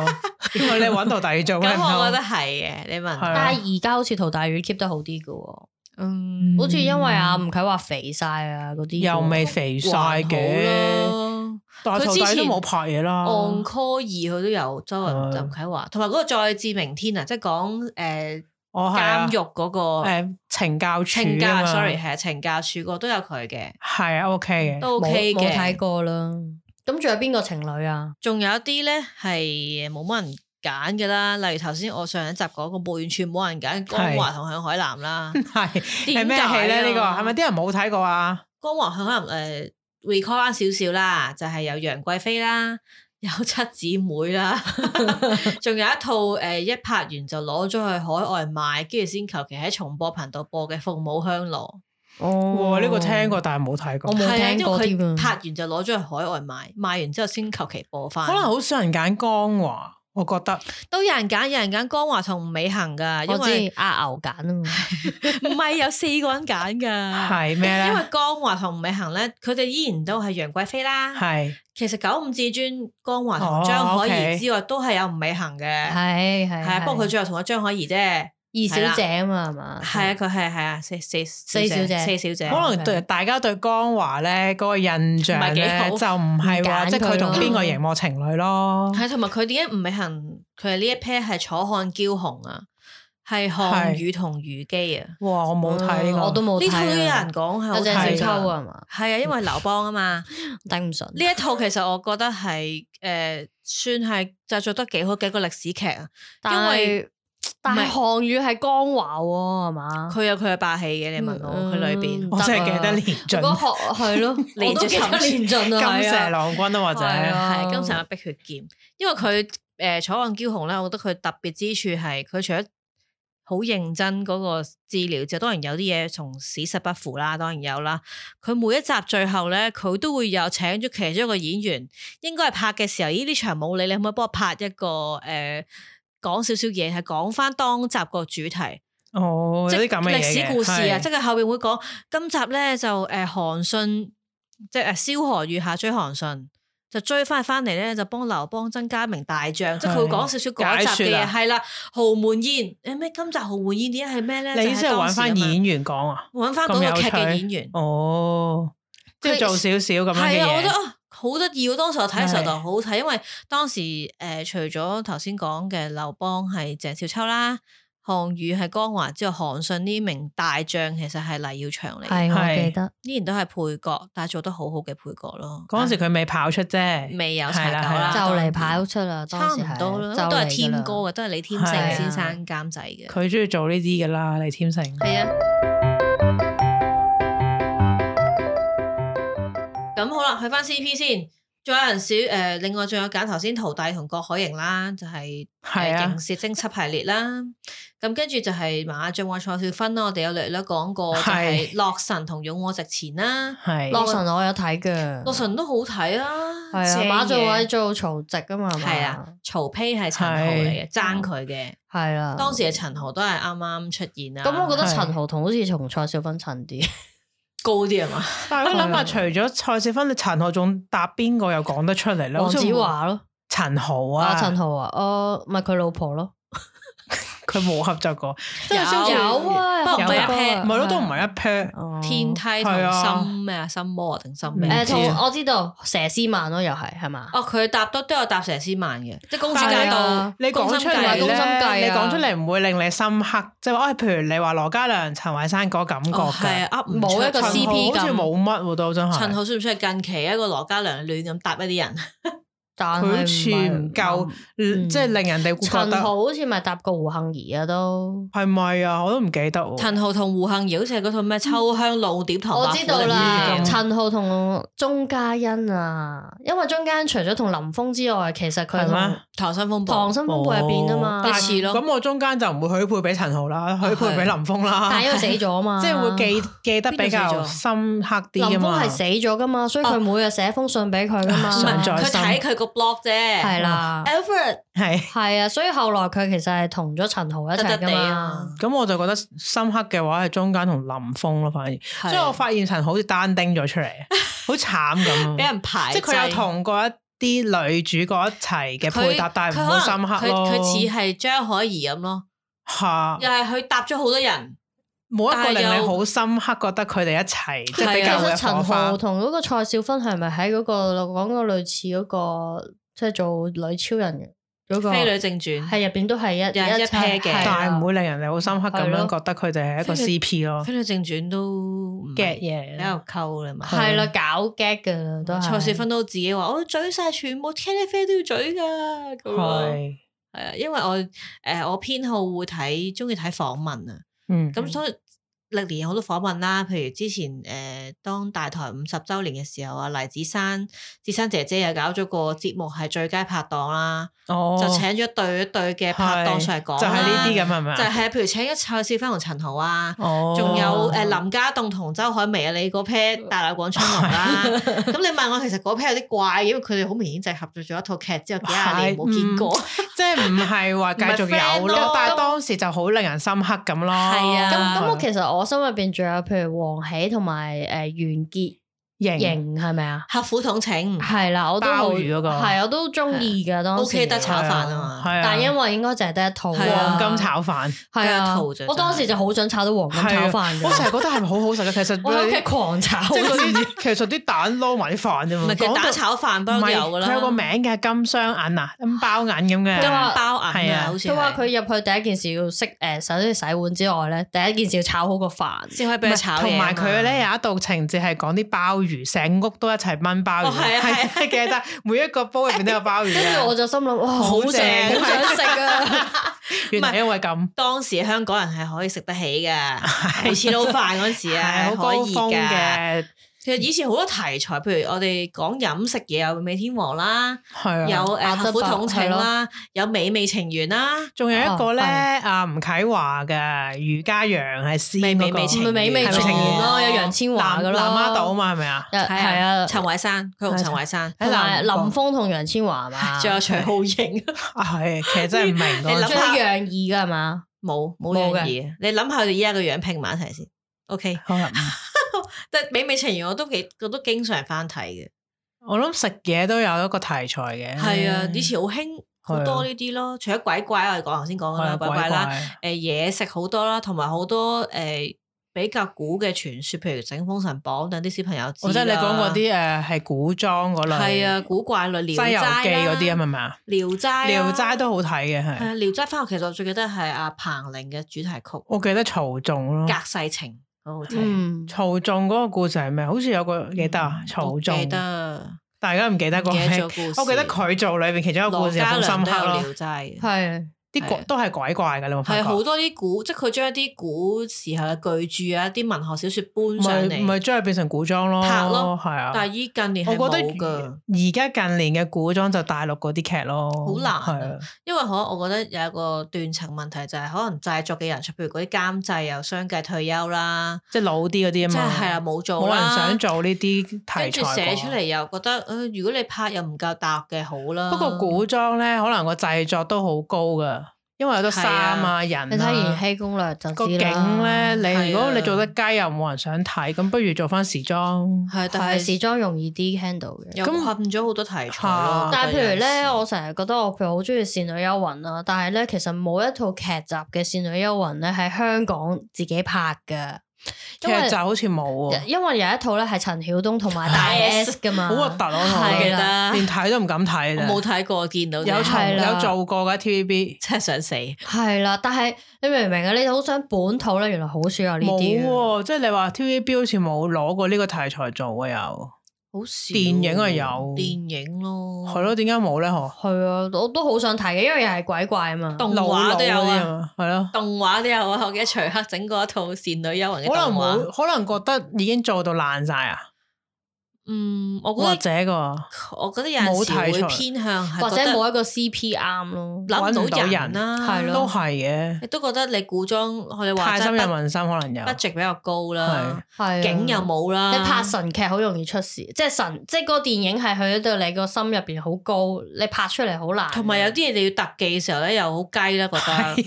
Speaker 3: 因為你揾陶大宇做咩？
Speaker 2: 咁我覺得
Speaker 3: 唔
Speaker 2: 係嘅，你
Speaker 3: 係
Speaker 2: 問，
Speaker 3: 啊
Speaker 4: 但係而家好似陶大宇 keep 得好啲嘅喎，
Speaker 2: 嗯，
Speaker 4: 好似因為阿吳啟華肥晒啊嗰啲
Speaker 3: 通
Speaker 4: 嘅喎，
Speaker 3: 又未肥晒
Speaker 2: 還好
Speaker 3: 嘅，
Speaker 2: 咯。
Speaker 3: 但係陶大宇都冇拍嘢啦。
Speaker 2: On Call 二佢都有周圍
Speaker 3: 係
Speaker 2: 林啟華，同埋嗰個再至明天啊，即係講誒
Speaker 3: 我係啊
Speaker 2: 監獄嗰個
Speaker 3: 誒懲教處
Speaker 2: 懲
Speaker 3: 啊
Speaker 2: 教
Speaker 3: 嘛
Speaker 2: ，sorry 係啊懲教處個都有佢嘅，
Speaker 3: 係啊 OK 嘅。
Speaker 2: 都 OK
Speaker 4: 冇冇睇
Speaker 2: 嘅。
Speaker 4: 過啦。咁仲有邊個情侶啊？
Speaker 2: 仲有一啲咧係冇乜人揀嘅啦，例如頭先我上一集講個完全冇人揀江華同向海南啦，
Speaker 3: 係係
Speaker 2: 點
Speaker 3: 咩
Speaker 2: 解
Speaker 3: 戲咧？
Speaker 2: 啊
Speaker 3: 呢個係咪啲人冇睇過啊？
Speaker 2: 江華向海南誒呃 recall 翻少少啦，就係有楊貴妃啦。有七姊妹啦， 仲有一套誒、一拍完就攞咗去海外賣，跟住先求其喺重播頻道播嘅《鳳舞香羅》。
Speaker 3: 哇！
Speaker 4: 哦
Speaker 3: 呢個聽過，但係冇睇過
Speaker 4: 我。冇
Speaker 2: 係啊，
Speaker 4: 聽過
Speaker 2: 因為
Speaker 4: 添啊
Speaker 2: 佢拍完就攞咗去海外賣，賣完之後先求其播翻。
Speaker 3: 可能好少人揀江華，我覺得
Speaker 2: 都有人揀，有人揀江華同吳美行噶，因
Speaker 4: 我知
Speaker 2: 為
Speaker 4: 阿牛揀啊嘛，
Speaker 2: 唔 係有四個人揀 噶。
Speaker 3: 係咩
Speaker 2: 啊因為
Speaker 3: 咧？
Speaker 2: 江華同吳美行咧，佢哋依然都係楊貴妃啦。
Speaker 3: 係
Speaker 2: 其實九五至尊江華同張可
Speaker 3: 哦
Speaker 2: 頤
Speaker 3: ，OK
Speaker 2: 之外，都係有吳美行嘅。
Speaker 4: 係係
Speaker 2: 係啊，不過佢最後同咗張可頤啫。
Speaker 4: 二小姐啊嘛，係嘛？
Speaker 2: 係啊，佢係係啊，四四四
Speaker 4: 四小姐
Speaker 2: 四小姐。
Speaker 3: 可能對大家對江華咧嗰個印象咧
Speaker 2: 唔係幾好
Speaker 3: 就唔係話
Speaker 4: 唔揀佢
Speaker 3: 即係佢同邊
Speaker 4: 咯
Speaker 3: 個熒幕情侶咯。
Speaker 2: 係，啊同埋佢點解吳美行佢係呢一 pair 係楚漢驕雄啊，係項羽同虞姬啊。
Speaker 3: 哇！我冇睇呢
Speaker 4: 嗯
Speaker 3: 個，
Speaker 4: 我都冇睇
Speaker 2: 呢
Speaker 4: 啊。
Speaker 2: 套都有人講係好
Speaker 4: 有鄭少
Speaker 2: 睇
Speaker 4: 秋
Speaker 2: 㗎，
Speaker 4: 啊嘛，
Speaker 2: 係啊，因為劉邦啊嘛。
Speaker 4: 頂唔順。
Speaker 2: 呢一套其實我覺得係誒算係製作得幾好嘅一個歷史劇啊，因
Speaker 4: 但
Speaker 2: 為
Speaker 4: 係但
Speaker 2: 唔
Speaker 4: 係
Speaker 2: 係
Speaker 4: 項羽係江華喎，係嘛？
Speaker 2: 佢有佢嘅霸氣嘅。你問我佢裏邊
Speaker 4: 嗯
Speaker 3: 我真係
Speaker 2: 啊
Speaker 3: 記得連
Speaker 4: 嗰個
Speaker 3: 晉
Speaker 4: 學係咯，
Speaker 2: 連
Speaker 4: 我都記得
Speaker 2: 晉
Speaker 4: 連晉啊，
Speaker 3: 金
Speaker 4: 係
Speaker 3: 蛇
Speaker 4: 啊
Speaker 3: 郎君都或者
Speaker 4: 係啊
Speaker 2: 係金城嘅碧血劍，因為佢呃誒楚漢驕雄咧，我覺得佢特別之處係佢除咗好認真嗰個資料之外，當然有啲嘢從史實不符啦，當然有啦。佢每一集最後咧，佢都會有請咗其中一個演員，應該係拍嘅時候，咦呢場冇你，你可唔可以幫我拍一個誒、呃、講少少嘢，係講翻當集個主題。
Speaker 3: 哦，
Speaker 2: 即
Speaker 3: 有啲咁嘅嘢
Speaker 2: 歷史故事啊，
Speaker 3: 係
Speaker 2: 即係佢後邊會講今集咧就誒韓信即係誒呃蕭何御下追韓信，就追翻翻嚟咧就幫劉邦增加一名大將，即係佢會講少少嗰集嘅
Speaker 3: 解說
Speaker 2: 嘢，
Speaker 3: 啊
Speaker 2: 係啦，豪門宴誒咩？今集豪門宴點解係咩咧？
Speaker 3: 你意思係揾翻
Speaker 2: 員，
Speaker 3: 演員講啊？
Speaker 2: 揾翻嗰個劇嘅演員，
Speaker 3: 哦，即係
Speaker 2: 佢
Speaker 3: 做少少咁樣嘅
Speaker 2: 係啊，我覺
Speaker 3: 嘢。
Speaker 2: 得啊。好得意喎！當時我睇嘅時候
Speaker 3: 係
Speaker 2: 就好睇，因為當時誒、呃除咗頭先講嘅劉邦係鄭少秋啦，項羽係江華之後，韓信呢名大將其實係黎耀祥嚟嘅。
Speaker 4: 係我
Speaker 3: 係
Speaker 4: 記得。
Speaker 2: 依然都係配角，但係做得好好嘅配角咯。
Speaker 3: 嗰陣時佢未跑出啫，
Speaker 2: 未啊有柴
Speaker 3: 係
Speaker 2: 九
Speaker 3: 啦
Speaker 2: 啦，
Speaker 4: 就
Speaker 3: 係
Speaker 4: 嚟
Speaker 2: 排
Speaker 4: 跑出啦，
Speaker 2: 嗯差
Speaker 4: 當
Speaker 2: 唔多
Speaker 4: 時
Speaker 2: 啦，
Speaker 4: 係
Speaker 2: 都係天哥。
Speaker 4: 就嚟㗎啦
Speaker 2: 嘅，都係李添勝
Speaker 3: 啊
Speaker 2: 先生監製嘅。
Speaker 3: 佢中意做呢啲噶啦，李添成。
Speaker 2: 係啊。咁好啦，去翻 C P 先，仲有人少誒、呃另外仲有揀頭先陶大同郭海瑩啦，就係、呃
Speaker 3: 係
Speaker 2: 誒
Speaker 3: 啊
Speaker 2: 刑，事偵緝系列啦，咁跟住就係馬俊偉、蔡少芬啦，我哋有略略講過，就係
Speaker 3: 係
Speaker 2: 《洛神》同《勇往直前》啦，
Speaker 3: 係
Speaker 4: 洛神我有睇嘅，
Speaker 2: 《洛神》都好睇啊，
Speaker 4: 係啊，
Speaker 2: 正
Speaker 4: 馬俊
Speaker 2: 嘢
Speaker 4: 偉做曹植啊嘛，
Speaker 2: 係啦，曹丕係陳豪嚟嘅，爭佢嘅。
Speaker 4: 嘛，係啦。
Speaker 2: 當時嘅陳豪都係啱啱出現啊啦。
Speaker 4: 咁，我覺得
Speaker 3: 係
Speaker 4: 陳豪同好似同蔡少芬襯啲，
Speaker 2: 高啲係嘛？
Speaker 3: 但係我諗下，除咗蔡少芬，你陳浩仲搭邊個又講得出嚟咧？
Speaker 4: 黃
Speaker 3: 好似
Speaker 4: 子華咯，
Speaker 3: 陳豪
Speaker 4: 啊
Speaker 3: 啊，
Speaker 4: 陳豪啊，哦，咪佢老婆咯，
Speaker 3: 佢冇合作過，即係
Speaker 2: 有
Speaker 3: 蕭
Speaker 2: 有
Speaker 3: 敬
Speaker 4: 有啊，
Speaker 2: 不過唔係一 pair
Speaker 3: 唔係咯，都唔係一 pair。
Speaker 4: 係
Speaker 2: 天梯
Speaker 3: 哦係
Speaker 2: 同
Speaker 3: 啊
Speaker 2: 心咩啊？心魔定心咩？
Speaker 3: 唔
Speaker 4: 嗯誒，
Speaker 3: 知
Speaker 4: 同
Speaker 3: 啊
Speaker 4: 我知道佘詩曼咯，又係係嘛？
Speaker 2: 哦，佢搭都都有搭佘詩曼嘅，即係公主
Speaker 3: 但
Speaker 2: 街
Speaker 3: 係
Speaker 2: 道
Speaker 4: 啊。
Speaker 3: 你講出嚟
Speaker 4: 公心計公心計啊
Speaker 3: 咧，你講出嚟唔會令你深刻，即係話，哎譬如你話羅嘉良、陳慧珊嗰個感覺
Speaker 2: 哦，係
Speaker 3: 㗎，
Speaker 2: 啊，噏唔
Speaker 4: 冇
Speaker 2: 出
Speaker 4: 一個
Speaker 2: 陳
Speaker 4: CP
Speaker 2: 浩
Speaker 3: 好
Speaker 4: 咁
Speaker 3: 似冇乜喎，都真係。
Speaker 2: 陳浩算唔算係近期一個羅嘉良亂咁搭一啲人？
Speaker 4: 但
Speaker 3: 佢
Speaker 4: 係
Speaker 3: 好似唔夠，嗯即係令人哋會覺
Speaker 4: 陳
Speaker 3: 得
Speaker 4: 豪好似咪搭過胡杏兒啊都。
Speaker 3: 係咪啊？我都唔記得喎。
Speaker 2: 陳浩同胡杏兒好似係嗰套咩秋香露碟糖
Speaker 4: 我
Speaker 2: 白
Speaker 4: 知
Speaker 2: 虎
Speaker 4: 道
Speaker 2: 定
Speaker 4: 啦，
Speaker 2: 咩咁
Speaker 4: 陳浩同鐘嘉欣啊，因為鐘嘉欣除咗同林峰之外，其實佢
Speaker 3: 係
Speaker 4: 同
Speaker 3: 咩哦
Speaker 4: 《
Speaker 2: 溏心風暴
Speaker 4: 溏》心風暴》入邊啊嘛
Speaker 2: 但，
Speaker 3: 係
Speaker 2: 似咯
Speaker 3: 咁我中間就唔會許配俾陳豪啦，許配俾林峰啦
Speaker 4: 但，因為死咗啊嘛，
Speaker 3: 即係會記記得比
Speaker 2: 邊個
Speaker 3: 較
Speaker 2: 死咗
Speaker 3: 深刻啲啊
Speaker 4: 林峰
Speaker 3: 嘛
Speaker 4: 係。死咗噶嘛，所以佢每日寫封信俾佢噶嘛，
Speaker 3: 啊
Speaker 2: 唔
Speaker 3: 上
Speaker 2: 係
Speaker 3: 咗
Speaker 2: 佢
Speaker 3: 心
Speaker 2: 睇佢個 blog 啫，
Speaker 4: 係啦，
Speaker 2: Alfred
Speaker 3: 係
Speaker 4: 係啊，所以後來佢其實係同咗陳豪一
Speaker 2: 得
Speaker 4: 齊
Speaker 2: 得
Speaker 4: 噶
Speaker 2: 地啊
Speaker 4: 嘛，，
Speaker 3: 咁我就覺得深刻嘅話係中間同林峰咯，反而，
Speaker 2: 係
Speaker 3: 所以我發現陳豪好似單丁咗 出嚟，好慘咁
Speaker 2: 俾
Speaker 3: 啊。
Speaker 2: 人排擠，
Speaker 3: 即係佢有同過一啲女主角一齊嘅配搭，但係唔好深刻
Speaker 2: 佢
Speaker 3: 咯。
Speaker 2: 佢似係張可怡咁咯，
Speaker 3: 嚇
Speaker 2: 又係佢搭咗好多人，
Speaker 3: 冇一個令
Speaker 2: 但係
Speaker 3: 你
Speaker 2: 有
Speaker 3: 好深刻覺得佢哋一齊，即係比
Speaker 4: 其
Speaker 3: 較
Speaker 2: 係啊
Speaker 4: 實
Speaker 3: 會有火
Speaker 4: 陳
Speaker 3: 花
Speaker 4: 豪。同嗰個蔡少芬係咪喺嗰個講個類似嗰個即係做女超人嗰個？
Speaker 2: 《飛女正傳》
Speaker 4: 係入邊都係一
Speaker 2: 一 pair 嘅
Speaker 3: 但係唔
Speaker 4: 會
Speaker 3: 會令人哋好深刻咁
Speaker 4: 係咯
Speaker 3: 樣覺得佢哋係一個
Speaker 2: 即係
Speaker 3: CP
Speaker 2: 《
Speaker 3: 咯
Speaker 2: 飛女正傳》都唔
Speaker 3: 嘅啊
Speaker 2: 係啊
Speaker 3: 嘢
Speaker 2: 比。較溝啦嘛。
Speaker 4: 係啦，搞 get 噶都係。
Speaker 2: 蔡少芬都自己話：我嘴晒全部 c a t 飛都要嘴噶咁咯。
Speaker 3: 係，
Speaker 2: 係啊，因為我誒、呃我偏好會睇，中意睇訪問啊。
Speaker 3: 嗯，
Speaker 2: 咁所以歷年有好多訪問啦，譬如之前誒、呃、當大台五十週年嘅時候啊，黎芷珊、芷珊姐姐又搞咗個節目係最佳拍檔啦，
Speaker 3: 哦，
Speaker 2: 就請咗一對一對嘅拍檔上嚟講
Speaker 3: 就係
Speaker 2: 係
Speaker 3: 呢啲咁係咪啊
Speaker 2: 就係譬如請咗蔡少芬同陳豪啊。
Speaker 3: 哦，
Speaker 2: 仲有誒林家棟同周海媚啊，你嗰 pair 大鬧廣春郎 啦，咁你問我其實嗰 pair 有啲怪，因為佢哋好明顯就係合作咗一套劇之後幾廿年冇見過，
Speaker 3: 即係唔係話繼
Speaker 2: 唔係
Speaker 3: 續
Speaker 2: friend
Speaker 3: 有
Speaker 2: 咯
Speaker 3: 咯，但係當時就好令人深刻咁咯。
Speaker 2: 係啊
Speaker 4: 咁咁，我其實我心入邊仲有譬如黃喜同埋誒袁潔
Speaker 3: 型
Speaker 4: 瑩係咪啊？
Speaker 2: 合府統請
Speaker 4: 係啦，我都好
Speaker 3: 鮑魚嗰個
Speaker 4: 係我都中意噶當時。
Speaker 2: OK 得炒飯啊嘛
Speaker 3: 係啊
Speaker 4: 但因為應該就係得一套
Speaker 2: 係啊
Speaker 4: 啦
Speaker 3: 黃金炒飯，
Speaker 4: 係啊
Speaker 2: 得一套啫，
Speaker 4: 我當時就好想炒到黃金炒飯
Speaker 3: 我成
Speaker 4: 㗎，
Speaker 3: 日覺得係咪好好食啊嘅？其實
Speaker 4: 我喺屋企狂炒。
Speaker 3: 即係嗰啲，其實啲蛋撈埋啲飯啫嘛。
Speaker 2: 唔係佢
Speaker 3: 講到
Speaker 2: 打炒飯
Speaker 3: 唔
Speaker 2: 包都
Speaker 3: 係
Speaker 2: 有噶啦，
Speaker 3: 佢有個名嘅金雙銀啊，金包銀咁嘅。
Speaker 2: 金
Speaker 4: 話
Speaker 2: 包銀
Speaker 3: 係
Speaker 2: 啊，
Speaker 3: 啊
Speaker 2: 好似係
Speaker 4: 佢話佢入去第一件事要識誒、呃首先要洗碗之外咧，第一件事要炒好個飯。
Speaker 2: 先可以俾佢炒嘢啊嘛
Speaker 3: 同埋佢咧有一道情節係講啲鮑魚，成屋都一齊炆鮑魚，
Speaker 2: 哦係啊係啊
Speaker 3: 係記得每一個煲入邊都有鮑
Speaker 4: 跟
Speaker 3: 魚
Speaker 4: 住我
Speaker 3: 啊。
Speaker 4: 就心諗，哇，好
Speaker 3: 好
Speaker 4: 正，
Speaker 3: 正
Speaker 4: 好想食 啊！
Speaker 3: 原來因為咁，
Speaker 2: 當時香港人 係可以食得起嘅，好似撈飯嗰陣時啊，
Speaker 3: 係好
Speaker 2: 係可
Speaker 3: 高
Speaker 2: 以
Speaker 3: 峰
Speaker 2: 㗎。
Speaker 3: 嘅，
Speaker 2: 其實以前好多題材，譬如我哋講飲食嘢有美天王啦，有
Speaker 3: 係啊。
Speaker 2: 誒
Speaker 4: 阿
Speaker 2: 合
Speaker 4: 德伯
Speaker 2: 府統情啦，有美味情緣啦，
Speaker 3: 仲有一個咧，
Speaker 4: 哦係
Speaker 3: 阿吳啟華嘅余家陽係師
Speaker 2: 美美
Speaker 3: 嗰
Speaker 2: 美
Speaker 3: 個
Speaker 2: 情
Speaker 4: 咪美味
Speaker 3: 係咪
Speaker 4: 情
Speaker 3: 情
Speaker 4: 緣
Speaker 3: 緣
Speaker 4: 咯，有楊千嬅
Speaker 3: 南
Speaker 4: 噶咯，
Speaker 3: 南丫島嘛，係咪啊？
Speaker 4: 係係啊，
Speaker 2: 陳慧珊，佢同陳慧珊，
Speaker 4: 同 埋
Speaker 3: 喺南
Speaker 4: 林峰同楊千嬅嘛，
Speaker 2: 仲有徐浩瑩，
Speaker 3: 啊係，其實真係唔明
Speaker 2: 你諗
Speaker 3: 嗰
Speaker 4: 仲有楊怡噶係嘛？
Speaker 2: 冇冇
Speaker 4: 冇
Speaker 2: 樣
Speaker 4: 嘅
Speaker 2: 嘢啊。你諗下佢哋依家個樣拼埋一齊先。O K，
Speaker 3: 可能唔
Speaker 2: 但係美味情緣我都幾，我都經常翻睇嘅。
Speaker 3: 我諗食嘢都有一個題材嘅，
Speaker 2: 係啊，以前好興好多呢啲咯，除咗鬼怪，我哋講頭先講
Speaker 3: 係
Speaker 2: 噶啦，
Speaker 3: 啊
Speaker 2: 鬼怪啦，，誒嘢食好多啦，同埋好多誒比較古嘅傳說，譬如整《封神榜》等啲小朋友知
Speaker 3: 或者你
Speaker 2: 啦
Speaker 3: 講嗰啲誒係古裝嗰類，
Speaker 2: 係啊，古怪類《
Speaker 3: 西
Speaker 2: 聊
Speaker 3: 遊
Speaker 2: 齋》
Speaker 3: 記嗰啲啊，
Speaker 2: 啊，
Speaker 3: 係咪啊？
Speaker 2: 聊齋》啊
Speaker 3: 聊齋都好睇嘅，
Speaker 2: 係啊，
Speaker 3: 係。
Speaker 2: 《聊齋》翻學其實我最記得係阿彭羚嘅主題曲《
Speaker 3: 我記得曹仲
Speaker 2: 隔
Speaker 3: 咯，
Speaker 2: 世情》，好好聽。
Speaker 4: 嗯，
Speaker 3: 曹仲嗰個故事係咩？好似有個記得啊，曹仲，
Speaker 2: 嗯記得，
Speaker 3: 大家唔記得個
Speaker 2: 唔記得咗
Speaker 3: 名
Speaker 2: 故事
Speaker 3: 我記得佢做裏邊其中一個故
Speaker 2: 羅
Speaker 3: 事係
Speaker 2: 嘉
Speaker 3: 好
Speaker 2: 良
Speaker 3: 深
Speaker 2: 都有
Speaker 3: 刻
Speaker 2: 《聊
Speaker 3: 咯
Speaker 2: 齋》嘅。
Speaker 4: 係
Speaker 3: 啲
Speaker 2: 係
Speaker 3: 鬼都係鬼怪嘅，你有冇發
Speaker 2: 係
Speaker 3: 覺？
Speaker 2: 好多啲古，即係佢將一啲古時候嘅巨著啊、啲文學小説搬上
Speaker 3: 咪
Speaker 2: 嚟
Speaker 3: 咪，將佢變成古裝咯，
Speaker 2: 拍咯
Speaker 3: 係啊。
Speaker 2: 但係依近年係
Speaker 3: 我覺
Speaker 2: 冇
Speaker 3: 得
Speaker 2: 㗎。
Speaker 3: 而家近年嘅古裝就大陸嗰啲劇咯，
Speaker 2: 好難啊
Speaker 3: 係啊。
Speaker 2: 因為可我覺得有一個斷層問題就係可能製作嘅人，譬如嗰啲監製又相繼退休啦，
Speaker 3: 即係老啲嗰啲
Speaker 2: 即
Speaker 3: 啊
Speaker 2: 係
Speaker 3: 嘛，
Speaker 2: 係啦冇做
Speaker 3: 冇人
Speaker 2: 啦
Speaker 3: 想做呢啲題材
Speaker 2: 跟住
Speaker 3: 啩
Speaker 2: 寫出嚟。又覺得，呃如果你拍又唔夠搭嘅好啦。
Speaker 3: 不過古裝咧，可能個製作都好高噶，因為有得衫啊、人啊
Speaker 4: 你睇《延禧攻略》就
Speaker 3: 個
Speaker 4: 知
Speaker 3: 景
Speaker 4: 啦。
Speaker 3: 咧，你如
Speaker 2: 係
Speaker 3: 果
Speaker 2: 啊
Speaker 3: 你做得街又冇人想睇，咁不如做翻時裝。
Speaker 2: 係，但
Speaker 4: 但係
Speaker 2: 係
Speaker 4: 時裝容易啲 handle 嘅。
Speaker 2: 又
Speaker 3: 咁
Speaker 2: 困咗好多題材
Speaker 3: 嚇
Speaker 2: 咯。
Speaker 4: 但係譬如咧，
Speaker 2: 我
Speaker 4: 我成日覺得我譬如好中意《倩女幽魂》啦，但係咧其實冇一套劇集嘅《倩女幽魂》咧喺香港自己拍嘅，
Speaker 3: 其
Speaker 4: 因為
Speaker 3: 實就好似冇喎，啊
Speaker 4: 因為有一套咧係陳曉東同 埋大
Speaker 2: Yes
Speaker 4: S 噶嘛，
Speaker 3: 好核突咯，
Speaker 2: 有
Speaker 3: 我
Speaker 2: 陣時
Speaker 3: 覺
Speaker 2: 我記
Speaker 4: 係
Speaker 3: 得
Speaker 4: 啦
Speaker 2: 得，
Speaker 3: 連睇都唔敢睇
Speaker 2: 我冇
Speaker 3: 啦。
Speaker 2: 睇過，見到
Speaker 3: 有
Speaker 2: 啫
Speaker 3: 從
Speaker 4: 係啦
Speaker 3: 有做過噶 TVB，
Speaker 2: 真係想死。
Speaker 4: 係啦，但係你明唔明啊？你好想本土咧，原來好少有呢
Speaker 3: 冇
Speaker 4: 啲啊嘅，
Speaker 3: 喎，即係你話 TVB 好似冇攞過呢個題材做啊，又
Speaker 2: 好少
Speaker 3: 電影啊係有
Speaker 2: 電影咯，
Speaker 3: 係，咯，點解冇咧？嗬，
Speaker 4: 係啊，我都好想睇嘅，因為又係鬼怪啊嘛。
Speaker 2: 動
Speaker 3: 老
Speaker 2: 畫
Speaker 3: 老
Speaker 2: 都有
Speaker 3: 嗰啲
Speaker 2: 啊，
Speaker 3: 嘛，係咯。
Speaker 2: 動畫都有啊。我記得徐克整過一套《倩女幽魂》嘅
Speaker 3: 可能
Speaker 2: 動
Speaker 3: 冇，
Speaker 2: 畫。
Speaker 3: 可能覺得已經做到爛晒啊，
Speaker 2: 嗯，我
Speaker 3: 或
Speaker 2: 覺得
Speaker 3: 者個
Speaker 2: 我覺得有陣時
Speaker 3: 冇題
Speaker 2: 會
Speaker 3: 材
Speaker 2: 偏向係
Speaker 4: 或者
Speaker 2: 覺得
Speaker 4: 冇一個 CP 啱咯，
Speaker 2: 諗
Speaker 3: 搵
Speaker 2: 唔
Speaker 3: 唔
Speaker 2: 到
Speaker 3: 到人
Speaker 2: 人啦，
Speaker 4: 係咯
Speaker 3: 都係
Speaker 2: 你都覺得你古裝我哋
Speaker 3: 嘅，
Speaker 2: 話
Speaker 3: 太
Speaker 2: 真
Speaker 3: 深
Speaker 2: 係
Speaker 3: 入民心，可能有
Speaker 2: budget 比較高啦，
Speaker 4: 係啊
Speaker 2: 景又冇啦，
Speaker 4: 你
Speaker 3: 啊
Speaker 4: 拍神劇好容易出事，即係神，即係嗰個電影係去到你個心入邊好高，你拍出嚟好難。
Speaker 2: 同埋有啲嘢你要特技嘅時候咧，又好雞啦，覺得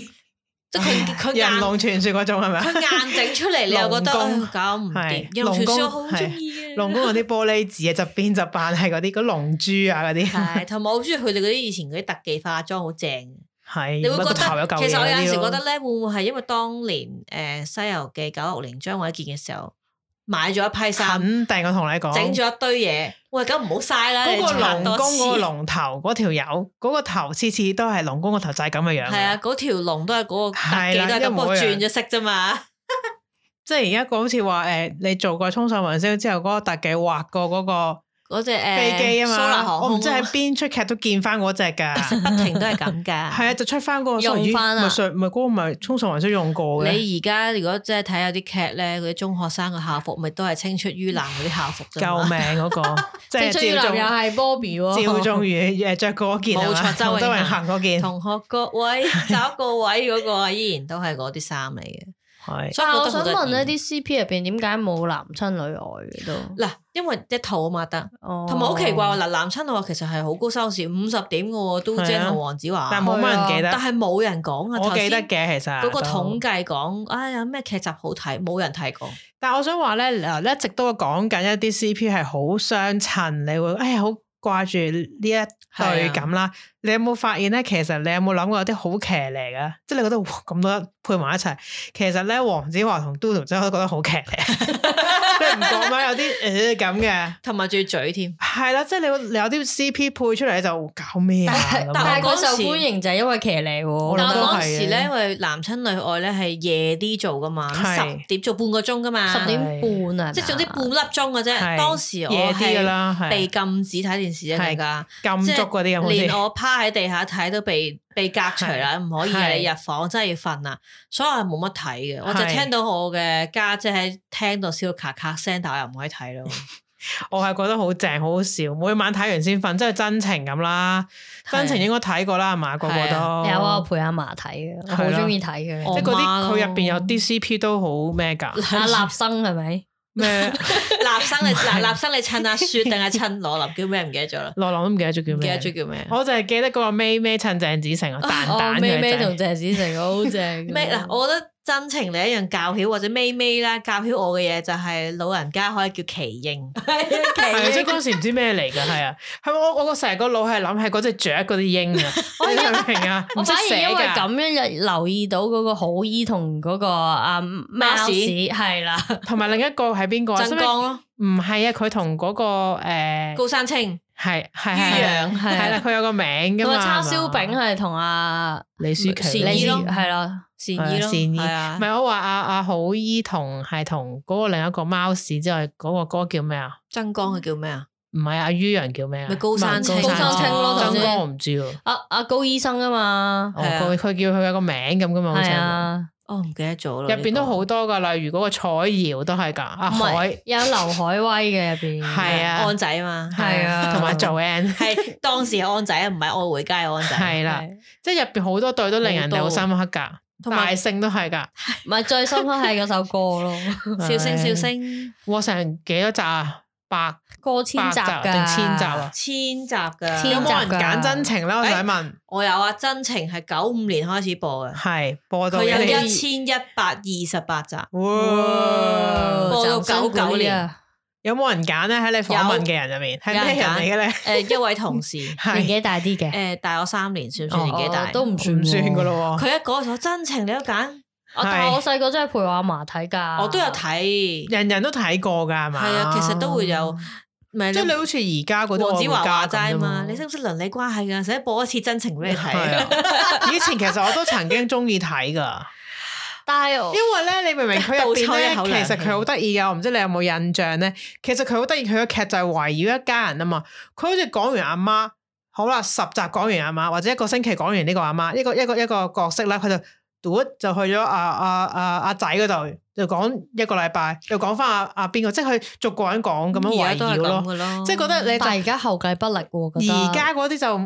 Speaker 2: 即係佢佢
Speaker 3: 人
Speaker 2: 硬
Speaker 3: 龍傳說嗰種係咪
Speaker 2: 佢
Speaker 3: 啊？
Speaker 2: 硬整出嚟，你又覺得
Speaker 3: 龍宮
Speaker 2: 唉搞唔掂
Speaker 3: 係。
Speaker 2: 人龍傳說
Speaker 3: 龍宮
Speaker 2: 我好中意啊嘅，
Speaker 3: 龍宮嗰啲玻璃紙啊，側邊就扮係嗰啲嗰龍珠啊嗰啲，
Speaker 2: 係同埋我好中意佢哋嗰啲以前嗰啲特技化妝好正嘅。
Speaker 3: 係
Speaker 2: 你會覺
Speaker 3: 乜個
Speaker 2: 得
Speaker 3: 頭有嚿嘢
Speaker 2: 其實我有陣
Speaker 3: 陣
Speaker 2: 時覺得咧，會唔會係因為當年誒、呃西遊記》九六年張衛健嘅時候買咗一批衫，
Speaker 3: 肯定我同你講，
Speaker 2: 整咗一堆嘢，喂，咁唔好嘥啦，
Speaker 3: 嗰
Speaker 2: 你
Speaker 3: 個
Speaker 2: 拍
Speaker 3: 龍宮
Speaker 2: 多次
Speaker 3: 嗰個龍頭嗰條友嗰個頭次次都係龍宮個頭就係咁嘅樣，
Speaker 2: 係啊，，嗰條龍都係嗰個特
Speaker 3: 係
Speaker 2: 技
Speaker 3: 啦
Speaker 2: 都係
Speaker 3: 一
Speaker 2: 咁，不
Speaker 3: 模
Speaker 2: 過
Speaker 3: 一樣
Speaker 2: 轉咗色啫嘛。
Speaker 3: 即係而家個好似話誒，你做過衝上雲霄之後嗰個特技畫過嗰個
Speaker 2: 嗰只
Speaker 3: 飛機
Speaker 2: 誒
Speaker 3: 啊
Speaker 2: 蘇蘭
Speaker 3: 嘛，
Speaker 2: 航
Speaker 3: 我
Speaker 2: 空
Speaker 3: 唔知喺
Speaker 2: 啊
Speaker 3: 邊出劇都見翻嗰只㗎，
Speaker 2: 不停都係咁 㗎。
Speaker 3: 係啊，就出翻嗰個
Speaker 4: 用
Speaker 3: 蘇
Speaker 4: 返啊
Speaker 3: 咪上咪嗰個咪衝上雲霄用過嘅，
Speaker 2: 你而家如果即係睇有啲劇咧，嗰啲中學生嘅校服咪都係青出於藍嗰啲校服啫
Speaker 3: 救
Speaker 2: 嘛
Speaker 3: 命嗰個， 即
Speaker 4: 即係追
Speaker 3: 係
Speaker 4: 男
Speaker 3: 趙
Speaker 4: 又
Speaker 3: 仲
Speaker 4: 係 Bobby 喎，
Speaker 3: 趙仲宇誒着嗰件啊
Speaker 2: 冇錯周
Speaker 3: 周
Speaker 2: 永
Speaker 3: 永
Speaker 2: 恒
Speaker 3: 恆嗰件
Speaker 2: 同學各位找個位嗰個啊，依然都係嗰啲衫嚟嘅。
Speaker 3: 係。
Speaker 2: 所以
Speaker 4: 但係我
Speaker 2: 覺得
Speaker 4: 想
Speaker 2: 好得
Speaker 4: 問呢
Speaker 3: 嗯
Speaker 2: 意
Speaker 4: 啲 CP 入邊點解冇男親女愛嘅都？
Speaker 2: 嗱，因為一套啊嘛得，
Speaker 3: 哦
Speaker 4: 同
Speaker 2: 同埋好奇
Speaker 3: 啊
Speaker 2: 怪喎。嗱，男親我其實係好高收視，五十點嘅喎，都即
Speaker 3: 係
Speaker 2: 係
Speaker 3: 啊
Speaker 2: 同黃子華，
Speaker 3: 但冇乜人記
Speaker 2: 但
Speaker 3: 得，
Speaker 2: 係冇人講啊。
Speaker 3: 我記得
Speaker 2: 頭先
Speaker 3: 嘅其實
Speaker 2: 嗰個
Speaker 3: 都
Speaker 2: 統計講，哎呀咩劇集好睇，冇人睇過。
Speaker 3: 但我想話咧，嗱，一直都講緊一啲 CP 係好相襯，你會哎呀好掛住呢一對咁啦。你有冇發現咧？其實你有冇諗過有啲好騎呢嘅？即係你覺得哇咁多配埋一齊，其實咧黃子華同 Dodo 真係我都覺得好騎呢，你唔覺咩？有啲誒呃咁嘅。
Speaker 2: 同埋仲要嘴添，
Speaker 3: 係啦，即係你會你有啲 CP 配出嚟你就搞咩啊？咁
Speaker 2: 但
Speaker 4: 但
Speaker 2: 係
Speaker 4: 係佢
Speaker 2: 嗰陣時
Speaker 4: 受歡迎就係因為騎呢
Speaker 3: 我
Speaker 2: 但
Speaker 3: 諗
Speaker 2: 我
Speaker 3: 都
Speaker 4: 喎，
Speaker 2: 嗰
Speaker 3: 係
Speaker 2: 陣時
Speaker 3: 嘅
Speaker 2: 咧，因為男親女愛咧係夜啲做噶嘛，
Speaker 3: 係
Speaker 2: 十點做半個鐘噶嘛，
Speaker 4: 十點半啊，
Speaker 2: 即係總之半粒鐘嘅啫。
Speaker 3: 係
Speaker 2: 當時我
Speaker 3: 夜啲㗎
Speaker 2: 係
Speaker 3: 啦，係
Speaker 2: 被禁止睇電視啫，大
Speaker 3: 係
Speaker 2: 家
Speaker 3: 禁足嗰啲咁好
Speaker 2: 連
Speaker 3: 似。
Speaker 2: 我趴喺地下睇都被被隔除啦，唔可以啊！
Speaker 3: 係
Speaker 2: 你入房真係要瞓啦，所以我係冇乜睇嘅。我就
Speaker 3: 係
Speaker 2: 聽到我嘅家姐喺聽到燒咔咔聲，但我又唔可以睇 咯。
Speaker 3: 我係覺得好正，好好笑。每晚睇完先瞓，即係真情咁啦。真情應該睇過啦，係嘛？個個
Speaker 2: 係啊
Speaker 3: 都
Speaker 4: 有啊，我陪阿嫲睇嘅，我好
Speaker 3: 哦係咯哦
Speaker 4: 中意睇嘅。
Speaker 2: 我
Speaker 3: 即係嗰
Speaker 2: 媽
Speaker 3: 啲
Speaker 2: 咯
Speaker 3: 佢入邊有啲 CP 都好咩㗎？
Speaker 4: 阿立生係咪？
Speaker 3: 咩
Speaker 2: 立生你立立生你襯阿雪定係襯羅琳叫咩唔記得咗啦，
Speaker 3: 羅琳都唔記得咗叫
Speaker 2: 唔記得
Speaker 3: 咩？
Speaker 2: 咗叫咩？啊
Speaker 3: 我就係記得嗰個咩咩襯鄭子誠啊，蛋
Speaker 4: 哦，
Speaker 3: 蛋
Speaker 4: 咩
Speaker 3: 嘅
Speaker 4: 咩
Speaker 3: 仔
Speaker 4: 同鄭子誠好正嘅。
Speaker 2: 咩嗱？我覺得真情你一樣教曉或者咪咪啦，教曉我嘅嘢就係老人家可以叫奇英，
Speaker 3: 係啊即係嗰時唔知咩嚟㗎，係啊，係我我個成個腦係諗係嗰只雀嗰啲鷹啊，你明唔明啊？
Speaker 4: 我
Speaker 3: 唔識
Speaker 4: 反而
Speaker 3: 寫
Speaker 4: 因為
Speaker 3: 㗎
Speaker 4: 咁樣留意到嗰個好醫同嗰個阿貓屎係 啦，
Speaker 3: 同埋另一個係邊個啊？
Speaker 2: 曾江咯，
Speaker 3: 唔係啊，佢同嗰個誒
Speaker 2: 高山青，
Speaker 3: 係係
Speaker 2: 於
Speaker 3: 係啊
Speaker 2: 洋
Speaker 3: 係啦，
Speaker 4: 係啊
Speaker 3: 佢有個名㗎
Speaker 4: 同
Speaker 3: 嘛。
Speaker 4: 埋啊叉燒
Speaker 3: 係
Speaker 4: 餅
Speaker 3: 嘛
Speaker 4: 係同阿
Speaker 3: 李舒淇
Speaker 2: 善
Speaker 4: 李
Speaker 2: 意咯
Speaker 4: 係啦，
Speaker 2: 善
Speaker 3: 係啊
Speaker 2: 意咯，
Speaker 3: 善意
Speaker 2: 係啊
Speaker 3: 唔，係我話阿阿好姨同係同嗰個另一個貓屎之外，嗰、個歌叫咩啊？
Speaker 2: 曾江佢叫咩啊？
Speaker 3: 唔係阿于洋叫咩啊？
Speaker 2: 咪高山青
Speaker 3: 唔係
Speaker 4: 高山青咯頭
Speaker 3: 曾
Speaker 4: 先
Speaker 3: 哥我唔知喎。
Speaker 4: 阿阿高醫生啊嘛，
Speaker 3: 哦，
Speaker 2: 係啊
Speaker 3: 佢佢叫佢有個名咁噶嘛，好似
Speaker 4: 係
Speaker 3: 係
Speaker 4: 啊，
Speaker 2: 哦，唔記得咗啦。
Speaker 3: 入邊都好多噶，例如嗰個彩瑤都係㗎，阿
Speaker 4: 唔係
Speaker 3: 海
Speaker 4: 有劉海威嘅入邊
Speaker 3: 係啊
Speaker 2: 安仔嘛，
Speaker 4: 係啊
Speaker 3: 同埋 Joanne
Speaker 2: 係當時係安仔啊，唔係愛回家嘅安仔。
Speaker 3: 係啦，
Speaker 4: 係
Speaker 3: 即係入邊好多對都令人哋好
Speaker 2: 好多
Speaker 3: 深刻㗎，
Speaker 2: 同
Speaker 3: 大
Speaker 2: 埋
Speaker 3: 聖都係㗎，
Speaker 4: 唔係最深刻係嗰首歌咯，
Speaker 2: 笑聲笑聲，
Speaker 3: 哇！成幾多集啊？百
Speaker 4: 過千
Speaker 3: 百
Speaker 4: 集
Speaker 3: 集
Speaker 4: 㗎，
Speaker 3: 定千集啊？
Speaker 2: 千集噶，
Speaker 4: 千
Speaker 3: 有
Speaker 4: 集
Speaker 3: 冇人
Speaker 4: 㗎
Speaker 3: 揀真情咧？我想問，
Speaker 2: 我有啊，真情係九五年開始播嘅，
Speaker 3: 係播到
Speaker 2: 佢有
Speaker 3: 你
Speaker 2: 一千一百二十 八集，
Speaker 3: 哇！
Speaker 2: 播到
Speaker 4: 暫時
Speaker 2: 99年
Speaker 3: 有冇人揀咧？喺你訪問嘅人入面，係咩人嚟嘅咧？
Speaker 2: 诶、一位同事，
Speaker 4: 年
Speaker 3: 係
Speaker 4: 紀大啲嘅，
Speaker 2: 诶、大我三年，算唔算
Speaker 3: 哦
Speaker 2: 年紀大？
Speaker 4: 哦都唔算
Speaker 3: 唔算噶
Speaker 4: 喎。
Speaker 3: 咯喎。
Speaker 2: 佢一講咗真情，你都揀，
Speaker 4: 我哦但係我細個真係陪我阿嫲睇㗎，
Speaker 2: 我哦都有睇，係
Speaker 3: 人人都睇過㗎啊係嘛？
Speaker 2: 啊，其實都會有，咪
Speaker 3: 即係
Speaker 2: 你
Speaker 3: 你好似而家嗰啲
Speaker 2: 黃子華話
Speaker 3: 話
Speaker 2: 齋嘛，你
Speaker 3: 識
Speaker 2: 識唔識倫理關係㗎？使播一次真情俾你睇，啊
Speaker 3: 啊睇？以前其實我都曾經中意睇㗎。
Speaker 4: 但係我
Speaker 3: 因為咧，你明唔明佢入邊
Speaker 2: 哦 倒抽
Speaker 3: 咧，
Speaker 2: 一口涼氣
Speaker 3: 其實佢好得意噶，我唔知你有冇印象咧。其實佢好得意，佢個劇就係圍繞一家人啊嘛。佢好似講完阿媽，好啦，十集講完阿媽，或者一個星期講完呢個阿媽，一個一個一個角色啦，佢就嘟就去咗阿阿阿阿仔嗰度，就講一個禮拜，又講翻阿阿邊個，即係佢逐個人講咁樣
Speaker 2: 嗯而
Speaker 3: 圍
Speaker 2: 家都係
Speaker 3: 繞
Speaker 2: 咁
Speaker 3: 咯。
Speaker 2: 嘅咯，
Speaker 3: 即係覺得你就
Speaker 4: 但係而家後繼不力喎，覺得
Speaker 3: 而家嗰啲就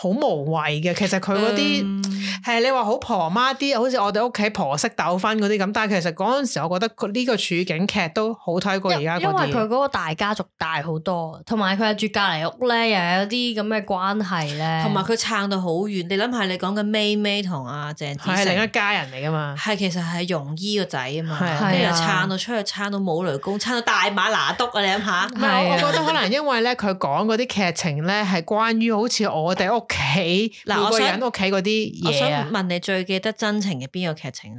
Speaker 3: 好無謂嘅，其實佢嗰啲。
Speaker 2: 嗯
Speaker 3: 係你話好婆媽啲，好似我哋屋企婆媳糾紛嗰啲咁，但係其實嗰陣時，我覺得佢呢個處境劇都好睇過而家
Speaker 4: 因因
Speaker 3: 嗰
Speaker 4: 為佢
Speaker 3: 啲。
Speaker 4: 嗰個大家族大好多，同埋佢係住隔離屋咧，又有啲咁嘅關係咧，
Speaker 2: 同埋佢撐到好遠，你諗下，你講緊妹妹同阿鄭子
Speaker 3: 係
Speaker 2: 誠
Speaker 3: 另一家人嚟噶嘛？
Speaker 2: 係其實係容姨個仔啊嘛，
Speaker 3: 係啊
Speaker 2: 跟住又撐到出去，撐到冇雷公，撐到大馬拿督啊！你諗下，
Speaker 3: 唔係，我
Speaker 4: 係
Speaker 3: 我
Speaker 4: 啊
Speaker 3: 覺得可能因為咧，佢講嗰啲劇情咧係關於好似我哋屋企
Speaker 2: 嗱
Speaker 3: 每
Speaker 2: 我
Speaker 3: 個
Speaker 2: 想
Speaker 3: 人屋企嗰啲
Speaker 2: 我
Speaker 3: 嘢
Speaker 2: 想
Speaker 3: 啊。
Speaker 2: 問你最記得真情嘅邊個劇情啊？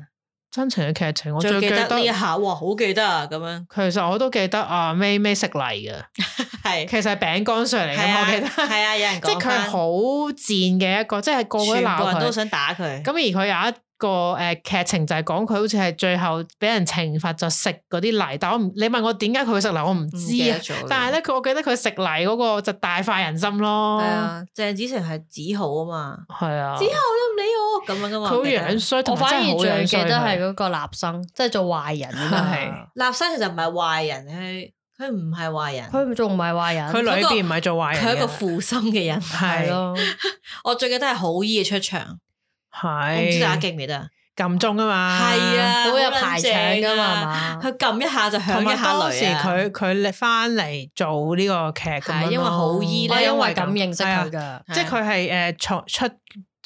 Speaker 3: 真情嘅劇情，我最
Speaker 2: 最
Speaker 3: 記
Speaker 2: 記
Speaker 3: 得
Speaker 2: 得。呢一下，哇，好記得啊！咁樣
Speaker 3: 其實我都記得啊，咩咩食泥嘅，
Speaker 2: 係
Speaker 3: 其實係餅乾上嚟
Speaker 2: 係
Speaker 3: 嘅，我記得
Speaker 2: 啊，。係啊，有人
Speaker 3: 即係
Speaker 2: 講
Speaker 3: 佢係
Speaker 2: 返
Speaker 3: 好賤嘅一個，即係個個都
Speaker 2: 全
Speaker 3: 鬧
Speaker 2: 部人
Speaker 3: 佢
Speaker 2: 都。想打佢。
Speaker 3: 咁而佢有一個誒劇情就係講佢好似係最後俾人懲罰就食嗰啲泥，但我唔你問我點解佢會食泥，我唔
Speaker 2: 唔
Speaker 3: 知
Speaker 2: 記
Speaker 3: 啊
Speaker 2: 得。咗啦
Speaker 3: 但係咧，佢我記得佢食泥嗰個就大快人心
Speaker 2: 係
Speaker 3: 咯，
Speaker 2: 啊，鄭子誠係子豪啊嘛，
Speaker 3: 係啊
Speaker 2: 子，豪都唔理我咁樣噶
Speaker 3: 佢
Speaker 2: 嘛。
Speaker 3: 好
Speaker 2: 我記得
Speaker 3: 樣衰，
Speaker 4: 我
Speaker 3: 同埋
Speaker 4: 反
Speaker 3: 真係
Speaker 4: 而
Speaker 3: 好
Speaker 4: 最
Speaker 3: 樣
Speaker 4: 記
Speaker 3: 衰
Speaker 4: 得係
Speaker 3: 佢。
Speaker 4: 嗰個立生，即係做壞人啊嘛
Speaker 3: 係
Speaker 2: 立生其實唔係壞人，佢佢唔係壞人，
Speaker 4: 佢仲唔係壞人，
Speaker 3: 佢裏邊唔係做壞人
Speaker 2: 佢係
Speaker 3: 嘅，
Speaker 2: 一個負心嘅人。
Speaker 4: 係
Speaker 3: 係
Speaker 4: 咯，
Speaker 2: 我最記得係好姨嘅出場，我唔知大家
Speaker 3: 係
Speaker 2: 記唔記得啊？
Speaker 3: 撳鐘啊嘛，
Speaker 2: 係。啊，
Speaker 4: 好有
Speaker 2: 撚
Speaker 4: 排
Speaker 2: 正
Speaker 4: 場噶嘛
Speaker 2: 啊
Speaker 4: 係嘛
Speaker 2: 佢撳一下就響
Speaker 3: 同
Speaker 2: 一
Speaker 3: 埋
Speaker 2: 下
Speaker 3: 當時
Speaker 2: 雷啊！
Speaker 3: 佢佢翻嚟做呢個劇咁樣
Speaker 2: 係
Speaker 3: 咯
Speaker 2: 因為好醫
Speaker 4: 我係
Speaker 2: 咧
Speaker 4: 哦因
Speaker 2: 因為
Speaker 4: 為咁認識
Speaker 3: 係啊
Speaker 4: 佢噶。
Speaker 2: 係啊
Speaker 3: 即係佢係誒從出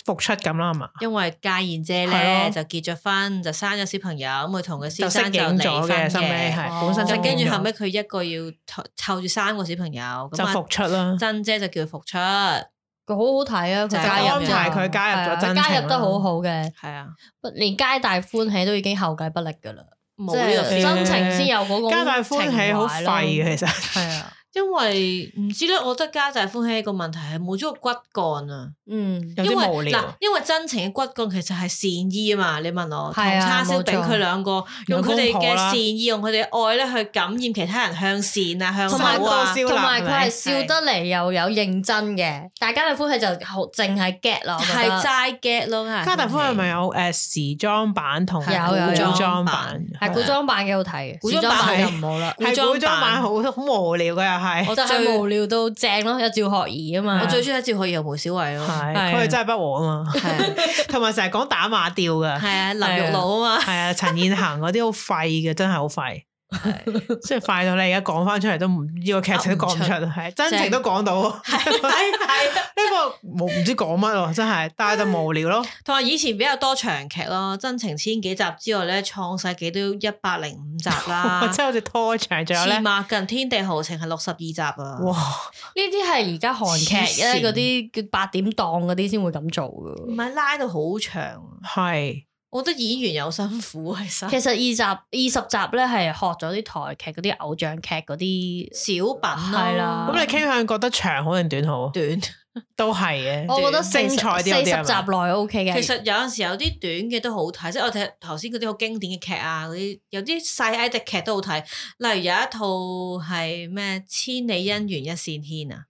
Speaker 3: 復出咁啦係嘛，
Speaker 2: 因為家燕姐
Speaker 3: 係
Speaker 2: 咧
Speaker 3: 咯
Speaker 2: 就結咗婚，就生咗小朋友，咁佢同佢
Speaker 3: 就
Speaker 2: 先
Speaker 3: 適
Speaker 2: 生就
Speaker 3: 應
Speaker 2: 離
Speaker 3: 咗
Speaker 2: 婚
Speaker 3: 嘅，收尾
Speaker 2: 嘅。
Speaker 3: 係本身
Speaker 4: 就
Speaker 3: 適
Speaker 2: 就
Speaker 3: 應
Speaker 2: 跟住
Speaker 3: 咗
Speaker 2: 後尾，佢一個要湊湊住三個小朋友，咁
Speaker 3: 就
Speaker 2: 啊
Speaker 3: 復出啦。
Speaker 2: 珍姐就叫佢復出，
Speaker 4: 佢好好睇啊！佢
Speaker 2: 就係
Speaker 4: 加入
Speaker 2: 安排
Speaker 3: 佢加入咗
Speaker 4: 係啊
Speaker 3: 真情
Speaker 4: 加入得好好嘅，
Speaker 2: 係啊，
Speaker 4: 不連皆大歡喜都已經後繼不力噶啦，
Speaker 2: 冇
Speaker 4: 即係
Speaker 2: 呢個
Speaker 4: 真
Speaker 3: 誒
Speaker 4: 情先有嗰個
Speaker 3: 皆大歡喜好廢嘅，其實
Speaker 4: 係啊，
Speaker 2: 因為唔知咧，我覺得家大歡喜個問題係冇咗個骨幹啊。
Speaker 4: 嗯，
Speaker 3: 有
Speaker 2: 因為
Speaker 3: 啲無
Speaker 2: 嗱
Speaker 3: 聊，。
Speaker 2: 因為真情嘅骨幹其實係善意啊嘛，你問我，同
Speaker 4: 係啊
Speaker 2: 叉
Speaker 4: 冇
Speaker 2: 燒餅
Speaker 4: 錯
Speaker 2: 佢兩個用
Speaker 3: 兩
Speaker 2: 佢哋
Speaker 3: 公
Speaker 2: 嘅
Speaker 3: 婆啦
Speaker 2: 善意，用佢哋嘅愛咧去感染其他人向善啊，向
Speaker 4: 同埋
Speaker 2: 好啊。
Speaker 3: 燒臘
Speaker 4: 同埋
Speaker 3: 係
Speaker 4: 佢
Speaker 3: 咪
Speaker 4: 係笑得嚟又有認真嘅，大家嘅歡喜就好淨係 get 咯，我覺
Speaker 2: 係
Speaker 4: 得
Speaker 2: 齋 get 咯，
Speaker 3: 加大歡喜咪有啊呃誒時裝版同
Speaker 4: 有有
Speaker 3: 古
Speaker 4: 有
Speaker 3: 裝版，
Speaker 4: 係古裝版幾好睇嘅，
Speaker 2: 古
Speaker 4: 時
Speaker 2: 裝版
Speaker 4: 裝版就
Speaker 3: 係
Speaker 4: 唔好啦，
Speaker 2: 古裝版
Speaker 3: 係古裝版好好無聊嘅又係，
Speaker 2: 我
Speaker 4: 就係
Speaker 2: 最
Speaker 4: 無聊到正咯，有趙學而啊嘛，
Speaker 2: 我最中意趙學而同梅小慧咯，
Speaker 3: 係
Speaker 4: 係
Speaker 3: 佢哋真係不和啊嘛，
Speaker 2: 係
Speaker 3: 同埋成日講打馬吊
Speaker 2: 啊
Speaker 3: 㗎，
Speaker 2: 係啊，林玉露啊嘛，
Speaker 3: 係啊，陳燕行嗰啲好廢嘅，真係好廢。即係快到你而家講翻出嚟都唔呢個劇情都講唔出，係真情都講到，呢
Speaker 2: 係係，
Speaker 3: 個冇唔知講乜喎，真係，但係就無聊咯。
Speaker 2: 同埋以前比較多長劇咯，真情千幾集之外咧，創世紀都一百零五集 啦，
Speaker 3: 即係好似拖長，仲有
Speaker 2: 刺
Speaker 3: 咧，
Speaker 2: 馬近天地豪情係六十二集啊，
Speaker 3: 哇！
Speaker 4: 呢啲係而家韓劇
Speaker 3: 黐線
Speaker 4: 咧嗰啲叫八點檔嗰啲先會咁做
Speaker 2: 唔
Speaker 4: 噶。
Speaker 2: 係拉到好長啊，
Speaker 3: 係
Speaker 2: 我覺得演員又辛苦其實。
Speaker 4: 其實二集二十集咧係學咗啲台劇嗰啲偶像劇嗰啲，
Speaker 2: 小品
Speaker 4: 係啦
Speaker 3: 咁你傾向覺得長好定短好？
Speaker 2: 短，
Speaker 3: 啊都係嘅，
Speaker 4: 我覺得四十
Speaker 3: 精彩啲
Speaker 4: 四
Speaker 3: 有
Speaker 4: 十
Speaker 3: 啲係咪
Speaker 4: 集內 O K 嘅。
Speaker 2: 其實有陣時有啲短嘅都好睇，即係我睇頭先嗰啲好經典嘅劇啊，嗰啲有啲細埃的劇都好睇。例如有一套係咩《千里姻緣一線牽》啊，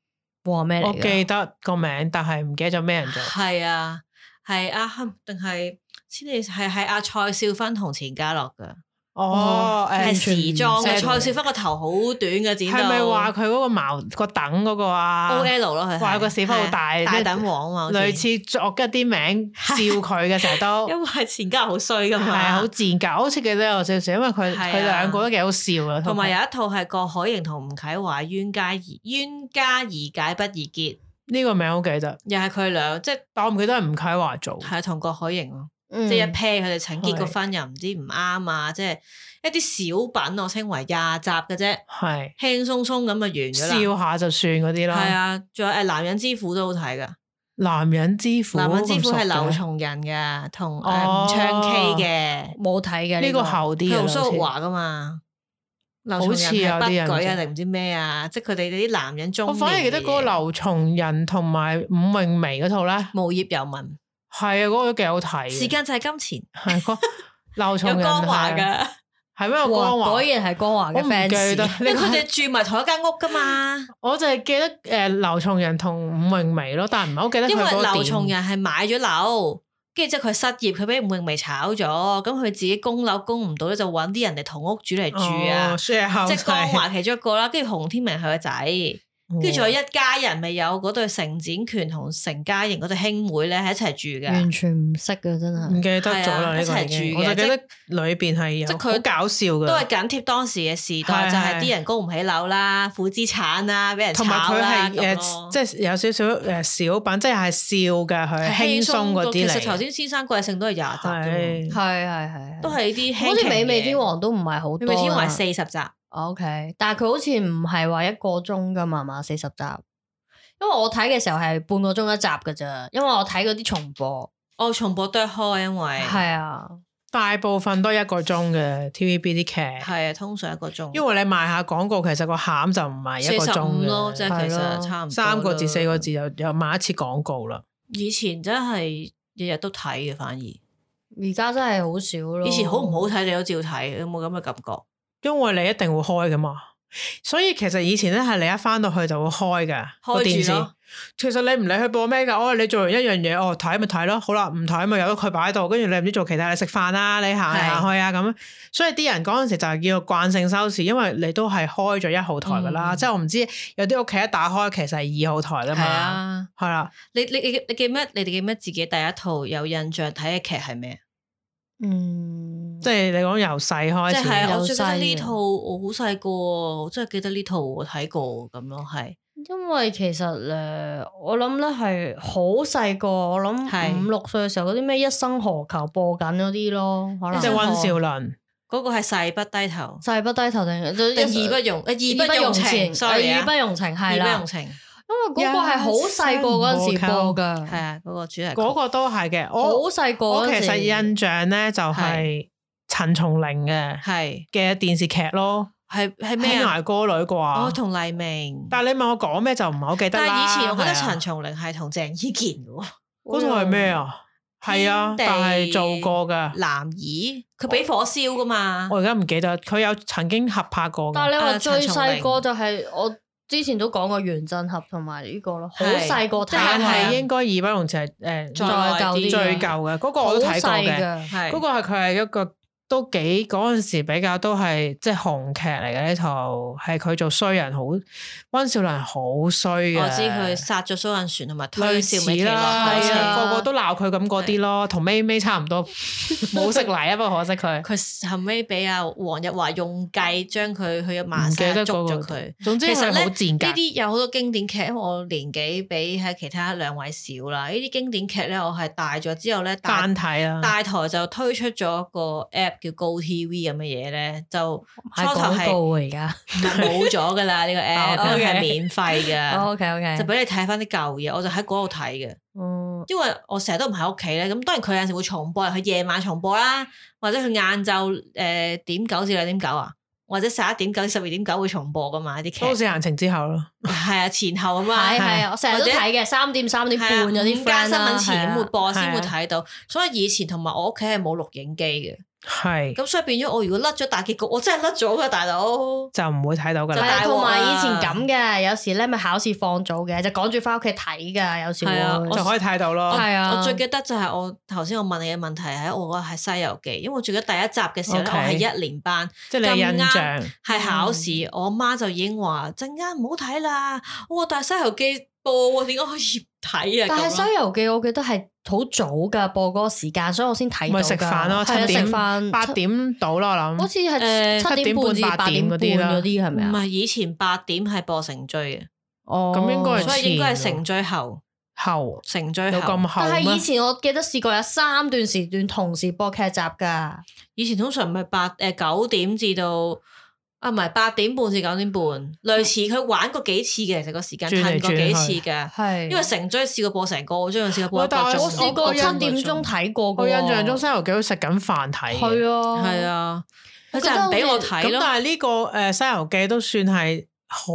Speaker 4: 哇咩
Speaker 3: 我
Speaker 4: 嚟
Speaker 3: 記
Speaker 4: 㗎？
Speaker 3: 得個名，但係唔記得咗咩人做。
Speaker 2: 係啊，係阿亨定係千里係係阿蔡少芬同錢嘉樂噶，
Speaker 3: 哦，
Speaker 2: 係
Speaker 3: 誒
Speaker 2: 時裝嘅。
Speaker 3: 全
Speaker 2: 蔡少芬個頭好短嘅剪到，
Speaker 3: 係咪話佢嗰個矛個等嗰個啊？
Speaker 2: O L 咯？佢係
Speaker 3: 話個屎忽好大
Speaker 2: 係啊大
Speaker 3: 咩
Speaker 2: 等王啊嘛，好似啊
Speaker 3: 類似作一啲名笑佢嘅 成日都。
Speaker 2: 因為前家人好衰噶
Speaker 3: 係啊，
Speaker 2: 嘛
Speaker 3: 好。賤格，我好似記得有少少，因為佢
Speaker 2: 係啊
Speaker 3: 佢兩個都幾好笑啊。
Speaker 2: 同埋有一套係郭海瑩同吳啟華冤家宜冤家宜解不宜結，
Speaker 3: 呢個名好記得，
Speaker 2: 又係佢兩即係
Speaker 3: 但我唔記得係吳啟華做。
Speaker 2: 係同郭海瑩咯，
Speaker 4: 嗯
Speaker 2: 即係一 pair 佢哋請結個
Speaker 3: 係
Speaker 2: 婚又唔知唔啱啊，即係一啲小品我稱為廿集嘅啫，
Speaker 3: 係
Speaker 2: 輕鬆鬆咁就完咗啦。
Speaker 3: 笑下就算嗰啲
Speaker 2: 係
Speaker 3: 啦。
Speaker 2: 啊，仲有誒男人之父都好睇噶，
Speaker 3: 男人之父，
Speaker 2: 男人之父係劉
Speaker 3: 咁熟
Speaker 2: 松仁嘅，同誒
Speaker 3: 哦
Speaker 2: 吳唱 K
Speaker 4: 冇睇嘅
Speaker 3: 嘅呢
Speaker 4: 個
Speaker 3: 個後
Speaker 2: 嘅，
Speaker 3: 啲
Speaker 2: 佢
Speaker 3: 嘅
Speaker 2: 同蘇玉
Speaker 3: 好似
Speaker 2: 華噶嘛。劉
Speaker 3: 好
Speaker 2: 松
Speaker 3: 似
Speaker 2: 仁
Speaker 3: 有啲
Speaker 2: 係
Speaker 3: 印
Speaker 2: 不舉啊
Speaker 3: 象
Speaker 2: 定唔知咩啊，即係佢哋啲男人中
Speaker 3: 我反而記得嗰個
Speaker 2: 年嘅嘢
Speaker 3: 劉松仁同埋伍詠薇嗰套咧，
Speaker 2: 無業遊民，
Speaker 3: 係啊，嗰個都幾好睇嘅。
Speaker 2: 時間就係金
Speaker 3: 係 嗰劉松
Speaker 2: 錢，
Speaker 3: 仁
Speaker 2: 有光華
Speaker 3: 係啊，
Speaker 2: 噶，
Speaker 3: 係咩？
Speaker 4: 哇
Speaker 3: 有光華，
Speaker 4: 果然係光華
Speaker 3: 我
Speaker 4: 嘅
Speaker 3: 唔記得
Speaker 4: fans。
Speaker 2: 因為
Speaker 3: 呢
Speaker 2: 佢
Speaker 3: 個。
Speaker 2: 哋住埋同一間屋噶 嘛。
Speaker 3: 我就係記得誒劉松仁同伍詠薇咯，但唔係好記得佢
Speaker 2: 因為
Speaker 3: 嗰個
Speaker 2: 劉
Speaker 3: 點
Speaker 2: 松仁係買咗樓，跟住之後佢失業，佢俾吳永薇炒咗，咁佢自己供樓供唔到咧，就揾啲人嚟同屋主嚟住啊
Speaker 3: 哦。，share 哦 house
Speaker 2: 即係光華其中一個啦，跟住洪天明係個仔，跟住仲有一家人咪有嗰對成展權同成家瑩嗰對兄妹咧，喺一齊住嘅
Speaker 4: 完。全唔識嘅真係
Speaker 3: 唔，記得咗啦，呢
Speaker 2: 係
Speaker 3: 個
Speaker 2: 啊
Speaker 3: 已經
Speaker 2: 一齊住
Speaker 3: 我就
Speaker 2: 嘅
Speaker 3: 記得裏邊係有
Speaker 2: 即係佢
Speaker 3: 好搞笑
Speaker 2: 都係
Speaker 3: 嘅，
Speaker 2: 緊貼當時嘅時
Speaker 3: 係
Speaker 2: 代，就係
Speaker 3: 係
Speaker 2: 啲人供唔起樓啦，負資產啦，俾人炒
Speaker 3: 同埋佢
Speaker 2: 啦
Speaker 3: 係誒
Speaker 2: 咁咯。
Speaker 3: 即係有少少誒小品，即係係笑嘅佢輕鬆嗰啲
Speaker 2: 其實頭
Speaker 3: 嚟。
Speaker 2: 先先生貴姓都係廿集啫
Speaker 4: 係
Speaker 3: 係
Speaker 4: 係係，
Speaker 2: 都係呢啲輕
Speaker 4: 好似
Speaker 2: 劇
Speaker 4: 美味
Speaker 2: 嘢
Speaker 4: 天王都唔係好多
Speaker 2: 美
Speaker 4: 啦。
Speaker 2: 味天王係四十集，
Speaker 4: O、k 但係佢好似唔係話一個鐘噶嘛，係嘛四十集，因為我睇嘅時候係半個鐘一集噶咋，因為我睇嗰啲重播，
Speaker 2: 我重播都係開，因為
Speaker 4: 係啊，
Speaker 3: 大部分都一個鐘嘅 TVB 啲劇，
Speaker 2: 係啊，通常一個鐘，
Speaker 3: 因為你賣下廣告，其實個餡就唔係一個
Speaker 2: 四十五
Speaker 3: 鐘
Speaker 2: 咯，即
Speaker 3: 嘅，
Speaker 2: 係其
Speaker 4: 係
Speaker 2: 實
Speaker 4: 咯
Speaker 2: 差唔多
Speaker 3: 三個字
Speaker 2: 啦
Speaker 3: 四個。字又又賣一次廣告啦。
Speaker 2: 以前真係日日都睇嘅，反而以
Speaker 4: 而家真係好少咯。
Speaker 2: 前好唔好睇你啊都照睇，有冇咁嘅感覺？
Speaker 3: 因為你一定會開噶嘛。所以其實以前咧係你一翻到去就會開嘅個電
Speaker 2: 開
Speaker 3: 視
Speaker 2: 住。咯，
Speaker 3: 其實你唔理佢播咩噶，哦，你做完一樣嘢，哦睇咪睇咯，好啦，唔睇咪由得佢擺喺度，跟住你唔知做其他，你食飯啦，你行嚟
Speaker 2: 係
Speaker 3: 行去啊咁。所以啲人嗰陣時就係叫做慣性收視，因為你都係開咗一號台噶啦，
Speaker 2: 嗯
Speaker 3: 即係我唔知有啲屋企一打開其實係二號台噶
Speaker 2: 係
Speaker 3: 嘛，
Speaker 2: 啊！
Speaker 3: 係啦，
Speaker 2: 你你你你記唔記得？你哋記唔記得自己第一套有印象睇嘅劇係咩？
Speaker 4: 嗯，
Speaker 3: 即係你講由細
Speaker 2: 啊即
Speaker 3: 開
Speaker 2: 係
Speaker 3: 始，
Speaker 2: 我最記得呢
Speaker 4: 有細嘅
Speaker 2: 套，我好細個，我真係記得呢套我睇過咁咯，係
Speaker 4: 因為其實誒、呃我諗咧係好細個，我
Speaker 2: 係
Speaker 4: 諗五六歲嘅時候嗰啲咩一生何求播緊嗰啲咯，可能
Speaker 3: 即係温兆倫，
Speaker 2: 嗰個係誓不低頭，
Speaker 4: 世不低頭定
Speaker 2: 定義不容誒義不容情，sorry 啊
Speaker 4: 義不容情係
Speaker 2: 義不
Speaker 4: 啦
Speaker 2: 容，情。
Speaker 4: 因為嗰個係好細個嗰陣時播㗎，
Speaker 2: 系啊，嗰個主題曲
Speaker 3: 嗰個都係嘅。
Speaker 4: 好
Speaker 3: 我
Speaker 4: 細個
Speaker 3: 我
Speaker 4: 嗰
Speaker 3: 其
Speaker 4: 陣
Speaker 3: 實
Speaker 4: 時
Speaker 3: 印象咧就係陳松伶嘅
Speaker 2: 係
Speaker 3: 嘅電視劇咯，
Speaker 2: 係係
Speaker 3: 《
Speaker 2: 咩
Speaker 3: 咩
Speaker 2: 啊
Speaker 3: 捱？歌女》
Speaker 2: 我
Speaker 3: 啩。
Speaker 2: 同黎明，
Speaker 3: 但係你問我講咩就唔係好記得
Speaker 2: 但
Speaker 3: 啦。
Speaker 2: 係以前我覺得
Speaker 3: 係啊
Speaker 2: 陳松伶係同鄭伊健嘅 喎，
Speaker 3: 嗰套係咩啊？係啊，
Speaker 2: 天地
Speaker 3: 但係做過噶，
Speaker 2: 男兒佢俾火燒噶嘛
Speaker 3: 我，而家唔記得，佢有曾經合拍過
Speaker 4: 但係
Speaker 3: 㗎。
Speaker 4: 你話
Speaker 2: 啊陳
Speaker 4: 最
Speaker 2: 松
Speaker 4: 細個
Speaker 2: 伶
Speaker 4: 就係我之前都講過袁振合同埋呢個咯，好
Speaker 2: 係
Speaker 4: 細個睇
Speaker 3: 但
Speaker 2: 但
Speaker 3: 係
Speaker 2: 係
Speaker 3: 應該義不容辭係誒
Speaker 4: 啊再
Speaker 2: 再
Speaker 4: 舊
Speaker 2: 耐
Speaker 4: 啲啊
Speaker 2: 啲
Speaker 3: 最舊嘅嗰個
Speaker 4: 好
Speaker 3: 我都睇過
Speaker 4: 細
Speaker 3: 嘅，
Speaker 4: 嘅。
Speaker 2: 係
Speaker 3: 嗰個係佢係一個都幾嗰陣時比較都係即係紅劇嚟嘅呢套，係佢做衰人好，温兆倫好衰嘅。
Speaker 2: 我知佢殺咗蘇韻璇同埋推
Speaker 3: 啊類
Speaker 2: 邵
Speaker 3: 似
Speaker 2: 美琪落
Speaker 3: 啦，
Speaker 2: 海
Speaker 4: 係
Speaker 3: 係
Speaker 4: 啊
Speaker 2: 嗰
Speaker 3: 個個都鬧佢咁嗰啲咯，同咪咪差唔 多，冇識嚟啊，不過可惜佢。
Speaker 2: 場佢後尾俾阿黃日華用計將佢去馬
Speaker 3: 唔記
Speaker 2: 莎
Speaker 3: 得
Speaker 2: 捉
Speaker 3: 嗰
Speaker 2: 咗
Speaker 3: 個
Speaker 2: 佢。
Speaker 3: 總之
Speaker 2: 其實
Speaker 3: 佢好
Speaker 2: 咧
Speaker 3: 賤格
Speaker 2: 呢。啲有好多經典劇，因為我年紀比喺其他兩位少啦。呢啲經典劇咧，我係大咗之後咧，大
Speaker 3: 翻睇啊啦，
Speaker 2: 大台就推出咗個 app 叫 Go TV 咁嘅嘢咧，就初
Speaker 4: 係
Speaker 2: 頭
Speaker 4: 廣
Speaker 2: 係
Speaker 4: 告啊而家
Speaker 2: 唔係冇咗噶啦，呢 個 app
Speaker 4: OK
Speaker 2: 係免費嘅，
Speaker 4: ，O K O K，
Speaker 2: 啊就俾你睇翻啲舊嘢。我就喺嗰度睇嘅，
Speaker 4: 嗯，
Speaker 2: 因為我成日都唔喺屋企咧。咁當然佢有陣時會重播，佢夜晚重播啦，或者佢晏晝誒點九至兩點九啊，或者十一點九至十二點九會重播噶嘛啲劇
Speaker 3: 都，市閒情之後咯。
Speaker 2: 係啊前後咁嘛。
Speaker 4: 係係啊，我成日都
Speaker 2: 或者
Speaker 4: 睇嘅，三點三點
Speaker 2: 係啊
Speaker 4: 半有啲
Speaker 2: 五間
Speaker 4: friend
Speaker 2: 新
Speaker 4: 啦
Speaker 2: 聞前咁會播
Speaker 3: 係啊
Speaker 2: 先會睇到，所以以前同埋我屋企係冇錄影機嘅，
Speaker 3: 係
Speaker 2: 咁所以變咗我如果甩咗大結局，我真係甩咗噶大佬。
Speaker 3: 就唔會睇到㗎
Speaker 2: 就係
Speaker 3: 啦。
Speaker 4: 係
Speaker 2: 大鑊啊
Speaker 4: 同埋以前咁啊嘅，有時咧咪考試放早嘅，就趕住翻屋企睇噶，有時
Speaker 2: 係啊
Speaker 4: 會
Speaker 2: 我
Speaker 3: 就可以睇到咯。
Speaker 4: 係啊，
Speaker 2: 我最記得就係我頭先我問你嘅問題喺我嗰個係《西遊記》，因為我最記得第一集嘅時候咧，
Speaker 3: OK
Speaker 2: 我係一年班，
Speaker 3: 即係你嘅印
Speaker 2: 咁啱
Speaker 3: 象
Speaker 4: 嗯
Speaker 2: 係考試，我媽就已經話陣間唔好睇啦。我話但係《西遊記》播喎，點解可以睇啊？
Speaker 4: 但係《
Speaker 2: 咁咯
Speaker 4: 西遊記》，我記得係好早噶播嗰個時間，所以我先睇到
Speaker 3: 咪
Speaker 4: 㗎。
Speaker 3: 食飯咯
Speaker 4: 係啊
Speaker 3: 七點
Speaker 4: 食飯
Speaker 3: 八，點到啦，我
Speaker 4: 好
Speaker 3: 諗。
Speaker 4: 似係
Speaker 2: 誒
Speaker 4: 七點半至八點半嗰啲係咪
Speaker 2: 唔
Speaker 4: 啊？
Speaker 2: 係以前八點係播成追
Speaker 4: 哦
Speaker 3: 咁應該係
Speaker 2: 嘅，所以應該係
Speaker 3: 前喎
Speaker 2: 成追後，
Speaker 3: 後
Speaker 2: 成追
Speaker 3: 有
Speaker 2: 後。
Speaker 3: 咁後
Speaker 4: 但係
Speaker 3: 咩
Speaker 4: 以？前我記得試過有三段時段同時播劇集㗎，
Speaker 2: 以前通常咪八誒九點至到啊，唔係八點半至九點半，類似佢玩過幾次嘅，其實個時間
Speaker 3: 轉嚟
Speaker 2: 褪過
Speaker 3: 轉
Speaker 2: 幾次
Speaker 3: 去
Speaker 2: 嘅。
Speaker 4: 係
Speaker 2: 因為成追試過播成個鐘，試過播
Speaker 3: 喂
Speaker 2: 一個
Speaker 3: 但係
Speaker 2: 鐘。
Speaker 4: 我
Speaker 3: 試
Speaker 4: 試過七點鐘睇過㗎喎。
Speaker 3: 我印象中《西遊記》好似食緊飯睇嘅。
Speaker 4: 係啊，
Speaker 2: 係啊，佢
Speaker 4: 我
Speaker 2: 就
Speaker 4: 覺得
Speaker 2: 係唔俾我
Speaker 3: 咁
Speaker 2: 睇咯。
Speaker 3: 但係呢個誒《西遊記》都算係好，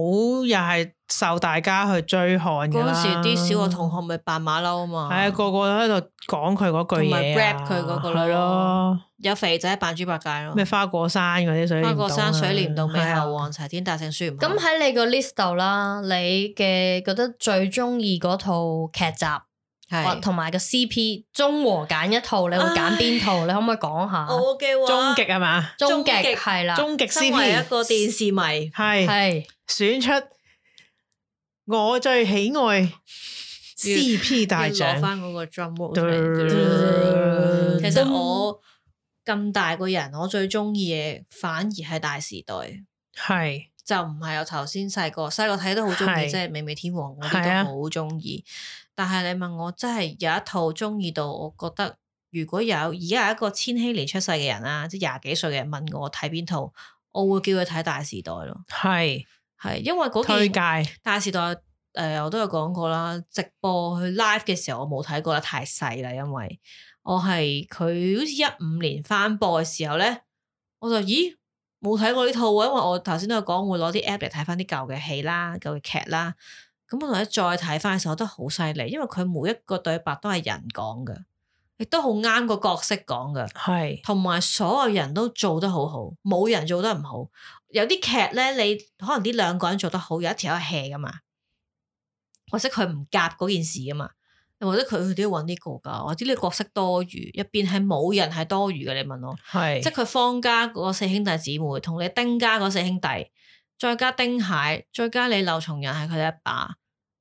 Speaker 3: 又係受大家去追看嘅
Speaker 2: 嗰陣
Speaker 3: 啦。
Speaker 2: 時啲小學同學咪扮馬騮啊嘛，
Speaker 3: 係啊，個個都喺度講佢嗰句
Speaker 2: 同埋
Speaker 3: 嘢
Speaker 2: rap 佢嗰個咯
Speaker 3: 係咯，
Speaker 2: 有肥仔扮豬八戒咯
Speaker 3: 咩，花果山嗰啲水簾洞啊
Speaker 2: 花果山水簾洞、美
Speaker 3: 係啊
Speaker 2: 猴王、齊天大聖孫悟空。
Speaker 4: 咁喺你個 list 度啦，你嘅覺得最中意嗰套劇集，或
Speaker 3: 啊
Speaker 2: 係
Speaker 4: 同埋個 CP 中和揀一套，你會揀邊套？你可唔可以講下？
Speaker 2: 我嘅
Speaker 3: 終極係嘛？
Speaker 4: 終
Speaker 2: 終極
Speaker 4: 極係啦，
Speaker 3: 終極
Speaker 2: 身為
Speaker 3: CP
Speaker 2: 一個電視迷，
Speaker 3: 係
Speaker 4: 係
Speaker 3: 選出我最喜愛 CP 大
Speaker 2: 要攞
Speaker 3: 獎。
Speaker 2: 翻嗰個 drum roll
Speaker 3: 嘟
Speaker 2: 出嚟。其實我咁大個人，我最中意嘅反而係大時代。
Speaker 3: 係
Speaker 2: 就唔係我頭先細個細個睇都好中
Speaker 3: 係
Speaker 2: 意，即係美美天王嗰
Speaker 3: 係啊
Speaker 2: 啲都好中意。但係你問我，真係有一套中意到，我覺得如果有而家有一個千禧年出世嘅人啦，即係廿幾歲嘅人問我睇邊套，我會叫佢睇《大時代》咯。
Speaker 3: 係
Speaker 2: 係因為嗰
Speaker 3: 推
Speaker 2: 件
Speaker 3: 介
Speaker 2: 《大時代》誒、我都有講過啦，直播去 live 嘅時候我冇睇過啦，太細啦，因為我係佢好似一五年翻播嘅時候咧，我就咦冇睇過呢套喎，因為我頭先都有講會攞啲 app 嚟睇翻啲舊嘅戲啦、舊嘅劇啦。咁我咧再睇翻嘅時候，我覺得好犀利，因為佢每一個對白都係人講嘅，亦都好啱個角色講嘅，
Speaker 3: 係
Speaker 2: 同埋所有人都做得好好，冇人做得唔好。有啲劇咧，你可能呢兩個人做得好，有一條友 hea 噶嘛，或者佢唔夾嗰件事噶嘛，或者佢哎佢都要揾呢個噶，或者呢個角色多餘，入邊係冇人係多餘嘅。你問我，
Speaker 3: 係
Speaker 2: 即係佢方家嗰四兄弟姊妹，同你丁家嗰四兄弟，再加丁蟹，再加你劉松仁係佢哋阿爸，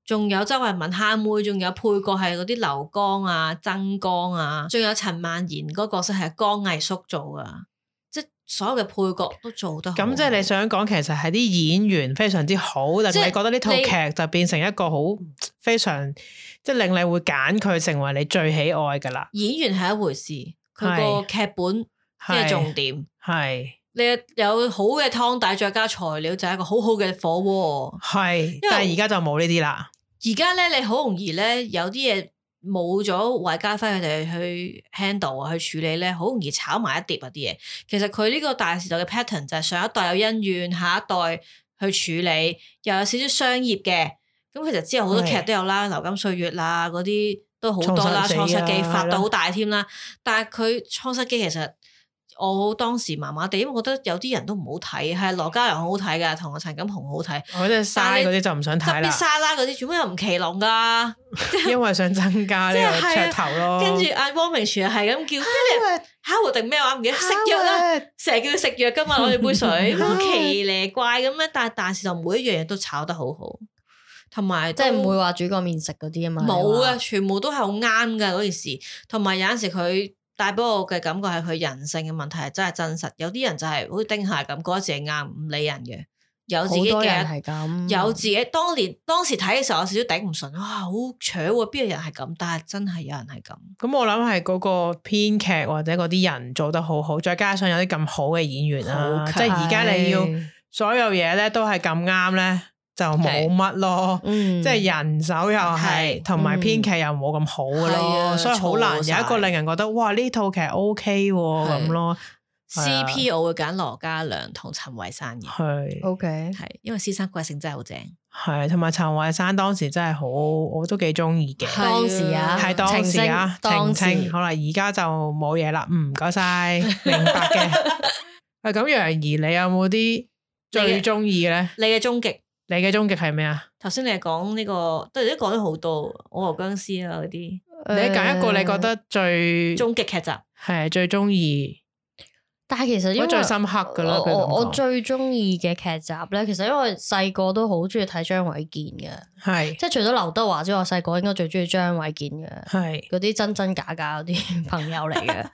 Speaker 2: 仲有周慧敏蝦妹，仲有配角係嗰啲劉江啊、曾江啊，仲有陳曼妍嗰個角色係江毅叔做噶，即係所有嘅配角都做得好
Speaker 3: 咁即係你想講，其實係啲演員非常之好，但
Speaker 2: 即係
Speaker 3: 係你覺得呢套
Speaker 2: 你
Speaker 3: 劇就變成一個好非常即係令你會揀佢成為你最喜愛噶啦，
Speaker 2: 演員係一回事，佢個劇本先係重點。
Speaker 3: 係
Speaker 2: 你有好嘅湯底，再加材料就係一個好好嘅火鍋。
Speaker 3: 係，但係而家就冇呢啲啦，
Speaker 2: 而家咧，你好容易咧，有啲嘢冇咗韋家輝佢哋去 handle 啊，去處理咧，好容易炒埋一碟啊啲嘢。其實佢呢個大時代嘅 pattern 就係上一代有恩怨，下一代去處理，又有少少商業嘅。咁其實之後好多劇
Speaker 3: 係
Speaker 2: 都有啦，《流金歲月》啦，嗰啲都好多啦，《
Speaker 3: 創
Speaker 2: 創
Speaker 3: 世紀
Speaker 2: 世
Speaker 3: 啊
Speaker 2: 記》發
Speaker 3: 係啦
Speaker 2: 到好大添啦。但係佢《創世紀》其實我當時麻麻地，因為覺得有啲人都唔好睇，係羅嘉良好好睇㗎，同陳錦鴻好好睇，
Speaker 3: 我即係嘥嗰啲就唔想
Speaker 2: 特
Speaker 3: 睇
Speaker 2: 別
Speaker 3: 啦，
Speaker 2: 沙拉嗰啲，全部又唔奇龍㗎。
Speaker 3: 因為想增加呢個
Speaker 2: 即係係啊
Speaker 3: 噱頭咯。
Speaker 2: 跟住阿汪明荃係咁叫
Speaker 4: 啊
Speaker 2: 咩 Howard 定咩話唔記得食藥啦，成日叫佢食 藥噶嘛，攞住杯水，好奇咧怪咁樣，但係但是就每一樣嘢都炒得好好，同埋
Speaker 4: 即
Speaker 2: 都
Speaker 4: 係唔會話煮個面食嗰啲啊嘛。
Speaker 2: 冇
Speaker 4: 你
Speaker 2: 啊，
Speaker 4: 話
Speaker 2: 全部都係好啱噶嗰件事，同埋有陣時佢。帶俾我嘅感覺係佢人性嘅問題係真係真實，有啲人就係好似丁蟹咁，覺得自己啱，唔理人嘅，有自
Speaker 4: 好
Speaker 2: 己
Speaker 4: 多
Speaker 2: 嘅
Speaker 4: 人係咁，
Speaker 2: 有自己當年當時睇嘅時候，有少少頂唔順，哇好搶喎，邊有人係咁？但係真係有人係咁。
Speaker 3: 咁我諗係嗰個編劇或者嗰啲人做得好好，再加上有啲咁好嘅演員啦，
Speaker 2: 好
Speaker 3: 即係而家你要所有嘢咧都係咁啱咧，就冇乜咯。
Speaker 4: 嗯，
Speaker 3: 即係人手又係，
Speaker 2: 係
Speaker 3: 同埋
Speaker 4: 嗯
Speaker 3: 編劇又冇咁好嘅
Speaker 2: 係
Speaker 3: 咯，
Speaker 2: 啊
Speaker 3: 所以好難
Speaker 2: 錯
Speaker 3: 有
Speaker 2: 晒
Speaker 3: 一個令人覺得哇呢套劇 O K 喎咁咯。係啊
Speaker 2: CP 我會揀羅嘉良同陳慧珊嘅，
Speaker 3: 系
Speaker 4: O K，
Speaker 2: 係因為師生貴姓真係好正，
Speaker 3: 系，同埋陳慧珊當時真係好，我都幾中意嘅。
Speaker 2: 係
Speaker 4: 當時啊，
Speaker 3: 係當時啊，澄
Speaker 4: 當
Speaker 3: 清好啦，而家就冇嘢啦。嗯，唔該 晒，明白嘅。啊，咁楊怡，你有冇啲最中意咧？
Speaker 2: 你嘅終極。
Speaker 3: 你嘅終極係咩啊？
Speaker 2: 頭先你係講呢個，都都講咗好多，我和僵屍啊嗰啲
Speaker 4: 嗯
Speaker 3: 你揀一個你覺
Speaker 4: 誒，
Speaker 3: 得最
Speaker 2: 終極劇集，
Speaker 3: 係最中意，
Speaker 4: 但係其實因
Speaker 3: 或
Speaker 4: 為
Speaker 3: 者最深刻嘅啦。
Speaker 4: 我
Speaker 3: 譬如咁
Speaker 4: 我我
Speaker 3: 講
Speaker 4: 最中意嘅劇集咧，其實因為細個都好中意睇張衛健嘅，
Speaker 3: 係
Speaker 4: 即係除咗劉德華之外，我細個應該最中意張衛健嘅。
Speaker 3: 係
Speaker 4: 嗰啲真真假假嗰啲 朋友嚟 嘅，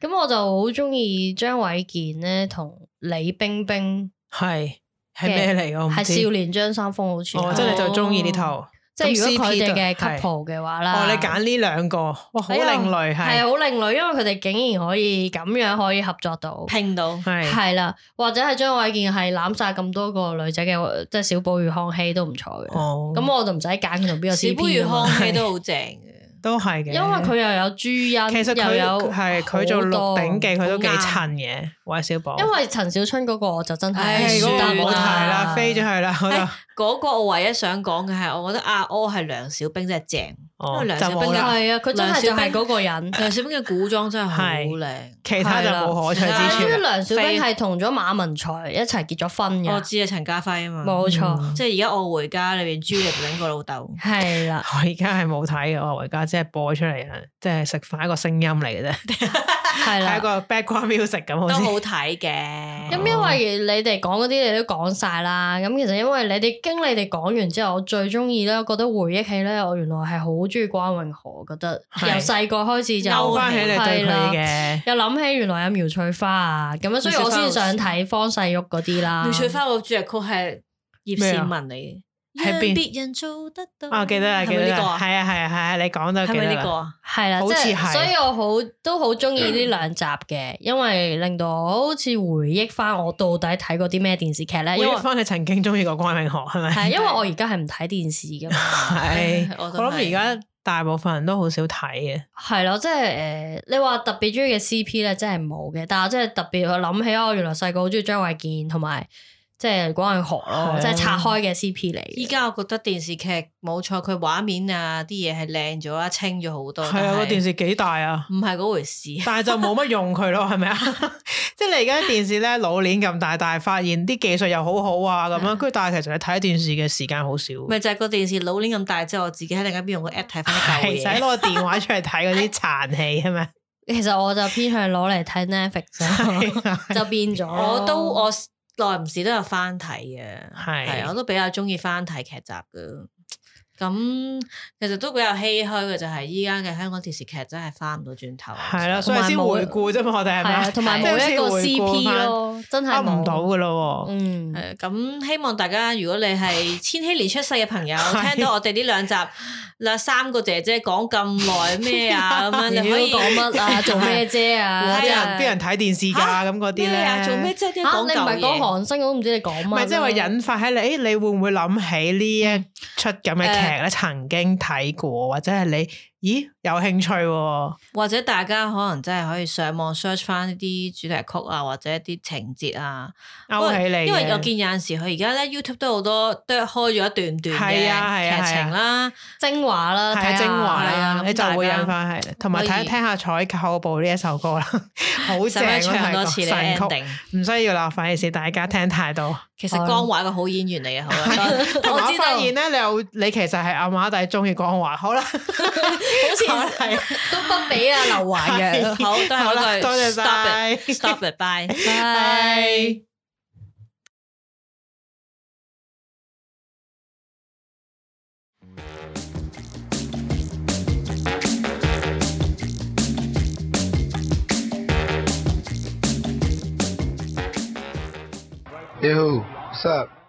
Speaker 4: 咁我就好中意張衛健咧同李冰冰
Speaker 3: 係係咩嚟？我唔
Speaker 4: 係少
Speaker 3: 知。
Speaker 4: 年張三豐好似係，
Speaker 3: 哦，即係你就中意呢套。
Speaker 4: 即係如果佢哋嘅
Speaker 3: 咁 CP 都係
Speaker 4: couple 嘅話啦，
Speaker 3: 哦，你揀呢兩個，哇，好
Speaker 4: 哎
Speaker 3: 另
Speaker 4: 呀係
Speaker 3: 類係
Speaker 4: 好另類，因為佢哋竟然可以咁樣可以合作到，
Speaker 2: 拼到
Speaker 3: 係
Speaker 4: 係啊啦，或者係張衛健係攬晒咁多個女仔嘅，即係小寶與康熙都唔錯嘅，
Speaker 3: 哦，
Speaker 4: 咁我就唔使揀佢同邊個
Speaker 2: 小
Speaker 4: CP
Speaker 2: 杯與
Speaker 4: 㗎啊嘛
Speaker 2: 康熙都好正嘅，
Speaker 3: 都係
Speaker 4: 因
Speaker 3: 嘅。
Speaker 4: 為佢又有朱茵，
Speaker 3: 其實
Speaker 4: 又
Speaker 3: 佢
Speaker 4: 有
Speaker 3: 係佢做《鹿鼎記》，佢都幾
Speaker 2: 好啱
Speaker 3: 襯嘅，韋小寶。
Speaker 4: 因為陳小春嗰個我就真
Speaker 2: 唉
Speaker 4: 係
Speaker 3: 誒嗰個
Speaker 2: 算
Speaker 4: 啊
Speaker 3: 唔好
Speaker 2: 啦
Speaker 3: 睇啦，飛咗 去啦嗰度
Speaker 2: 唉。嗰個我唯一想講嘅係，我覺得阿柯係梁小冰真係正，因
Speaker 3: 哦，
Speaker 2: 為梁
Speaker 3: 就
Speaker 2: 小
Speaker 3: 冇
Speaker 2: 冰
Speaker 3: 啦，
Speaker 4: 係啊，佢真係就係嗰個人。
Speaker 2: 梁小冰嘅古裝真係好
Speaker 3: 係
Speaker 2: 靚。
Speaker 3: 其他就冇可取
Speaker 2: 係啦
Speaker 4: 但係
Speaker 3: 之
Speaker 4: 啊因為
Speaker 3: 處啦。
Speaker 4: 梁小冰係同咗馬文才一齊結咗婚
Speaker 2: 我
Speaker 4: 嘅，
Speaker 2: 知啊，陳家輝啊嘛，
Speaker 4: 冇錯，，
Speaker 3: 嗯
Speaker 2: 即係而家我回家裏边朱力玲個老豆
Speaker 4: 係啦。
Speaker 3: 我而家係冇睇嘅， 我而家只係播出嚟啦，即係食飯一個聲音嚟嘅啫，
Speaker 4: 係
Speaker 3: 係一
Speaker 4: 啦。
Speaker 3: 個 background music 咁好
Speaker 2: 都
Speaker 3: 似。
Speaker 2: 好睇嘅。
Speaker 4: 咁
Speaker 3: 哦
Speaker 4: 因為你哋講嗰啲你都講晒啦，咁其實因為你哋經你哋講完之後，我最中意咧，我覺得回憶起咧，我原來係好中意關詠荷，覺得由
Speaker 3: 係
Speaker 4: 細個開始就
Speaker 3: 勾翻起你對
Speaker 4: 係
Speaker 3: 佢
Speaker 4: 啦
Speaker 3: 嘅，
Speaker 4: 又諗起原來有苗翠花啊，咁樣所以我先想睇方世玉嗰啲啦。
Speaker 3: 啊
Speaker 2: 廖翠花個主題曲係葉倩文嚟嘅，
Speaker 3: 咩啊喺邊
Speaker 2: 讓別人做得到。
Speaker 3: 啊我記得啦，
Speaker 2: 係
Speaker 3: 記
Speaker 2: 咪
Speaker 3: 得
Speaker 2: 呢
Speaker 3: 啦
Speaker 2: 個，啊？
Speaker 3: 係啊係啊係啊，你講到
Speaker 2: 係
Speaker 3: 記
Speaker 2: 咪
Speaker 3: 得
Speaker 2: 呢個
Speaker 3: 啦，
Speaker 2: 啊？
Speaker 4: 係啦，
Speaker 3: 好
Speaker 4: 即
Speaker 3: 似
Speaker 4: 係
Speaker 3: 係
Speaker 4: 所以我好都好中意呢兩集嘅，因為令到我好似回憶翻我到底睇過啲咩電視劇咧，因
Speaker 3: 回
Speaker 4: 為
Speaker 3: 憶翻你曾經中意過關 詠荷係咪？
Speaker 4: 係因為我而家係唔睇電視噶 嘛，
Speaker 3: 係，
Speaker 2: 我
Speaker 3: 我
Speaker 2: 都係
Speaker 3: 諗而家大部分人都好少睇嘅。
Speaker 4: 係咯，即係诶、你話特別中意嘅 CP 咧，真係冇嘅，但係即係特別我諗起哦我原來細個好中意張衛健同埋即係關詠荷
Speaker 3: 係啊
Speaker 4: 咯，即係拆開嘅 CP 嚟嘅。
Speaker 2: 依家我覺得電視劇冇錯，佢畫面啊啲嘢係靚咗啦，清咗好多。
Speaker 3: 係啊，個
Speaker 2: 但係
Speaker 3: 電視幾大 啊！
Speaker 2: 唔係嗰 回事。
Speaker 3: 但係就冇乜用佢咯，係咪啊？ 即係你而家電視咧老年咁大，但係發現啲技術又好好啊咁樣，跟住但係其實你睇電視嘅時間好少，
Speaker 2: 咪就係個電視老年咁大之後，我自己喺另一邊用個 app 睇翻 啲
Speaker 3: 係
Speaker 2: 舊
Speaker 3: 使
Speaker 2: 嘢。
Speaker 3: 攞個電話出嚟睇嗰啲殘戲係 咪？
Speaker 4: 其實我就偏向攞嚟睇 Netflix 就變咗咯。
Speaker 2: 我都我耐唔時都有翻睇嘅，
Speaker 3: 係
Speaker 2: 係我都比較中意翻睇劇集嘅。咁其實都比較唏噓嘅，就係依家嘅香港電視劇真係翻唔到轉頭。
Speaker 3: 係啦，所
Speaker 4: 同
Speaker 3: 以
Speaker 4: 埋
Speaker 3: 先
Speaker 4: 冇
Speaker 3: 回顧啫嘛，我哋係
Speaker 4: 係
Speaker 3: 咪
Speaker 4: 啊，
Speaker 3: 啊？
Speaker 4: 同埋
Speaker 3: 即係
Speaker 4: 冇一個
Speaker 3: 好似回顧
Speaker 4: CP
Speaker 3: 返，
Speaker 4: 咯，真係
Speaker 3: 噏
Speaker 4: 冇
Speaker 3: 呃唔到。噶咯喎。
Speaker 4: 嗯，
Speaker 2: 誒咁希望大家，如果你係千禧年出世嘅 朋友，聽到我哋呢兩集嗱三個姐姐講咁耐咩 啊咁樣，
Speaker 4: 你
Speaker 2: 你
Speaker 4: 可
Speaker 2: 可
Speaker 4: 以
Speaker 2: 以
Speaker 4: 講乜 啊？做咩啫啊？
Speaker 3: 啲
Speaker 2: 係
Speaker 3: 人
Speaker 2: 啊
Speaker 3: 啲人睇電視
Speaker 2: 嚇
Speaker 3: 㗎咁嗰啲
Speaker 2: 咩啊
Speaker 3: 咧，
Speaker 2: 做咩？啫？啲人
Speaker 4: 嚇
Speaker 2: 講
Speaker 4: 你唔係
Speaker 2: 舊
Speaker 4: 講
Speaker 2: 嘢。
Speaker 4: 韓星，我都唔知你講乜。
Speaker 3: 唔係即係話引發喺你，誒你會唔會諗起呢一
Speaker 2: 嗯
Speaker 3: 出咁嘅劇咧？曾經睇過，或者係你，咦有興趣喎？
Speaker 2: 或者大家可能真係可以上網 search 翻一啲主題曲啊，或者一啲情節啊，
Speaker 3: 勾起你嘅，
Speaker 2: 因為我見有陣時佢而家咧 YouTube 都好多都開咗一段段
Speaker 3: 係啊係啊
Speaker 2: 嘅劇情啦，
Speaker 4: 精華啦，睇
Speaker 3: 係
Speaker 4: 下
Speaker 3: 精華
Speaker 2: 係啊
Speaker 3: 啦，
Speaker 2: 咁
Speaker 3: 你就會
Speaker 2: 大家
Speaker 3: 引翻係，同埋
Speaker 2: 可
Speaker 3: 睇
Speaker 2: 以
Speaker 3: 聽下《採購部》呢一首歌啦， 好
Speaker 2: 使
Speaker 3: 正
Speaker 2: 唔
Speaker 3: 啊
Speaker 2: 使唱多
Speaker 3: 係
Speaker 2: 次你
Speaker 3: 個神
Speaker 2: ending？
Speaker 3: 曲，唔需要啦，費事大家聽太 多。
Speaker 2: 其實江華一個好演員嚟嘅，好啊，我
Speaker 3: 我
Speaker 2: 知道
Speaker 3: 發現咧，你又你其實係阿馬弟中意講話， 好啦，
Speaker 4: 好似
Speaker 3: 係
Speaker 4: 都不比啊劉華嘅。
Speaker 2: 好，都係
Speaker 3: 好啦
Speaker 2: 嗰句
Speaker 3: 多謝
Speaker 2: stop
Speaker 3: 晒
Speaker 2: it，stop it，bye。
Speaker 4: 拜
Speaker 3: 係。
Speaker 1: Hey, who? What's up?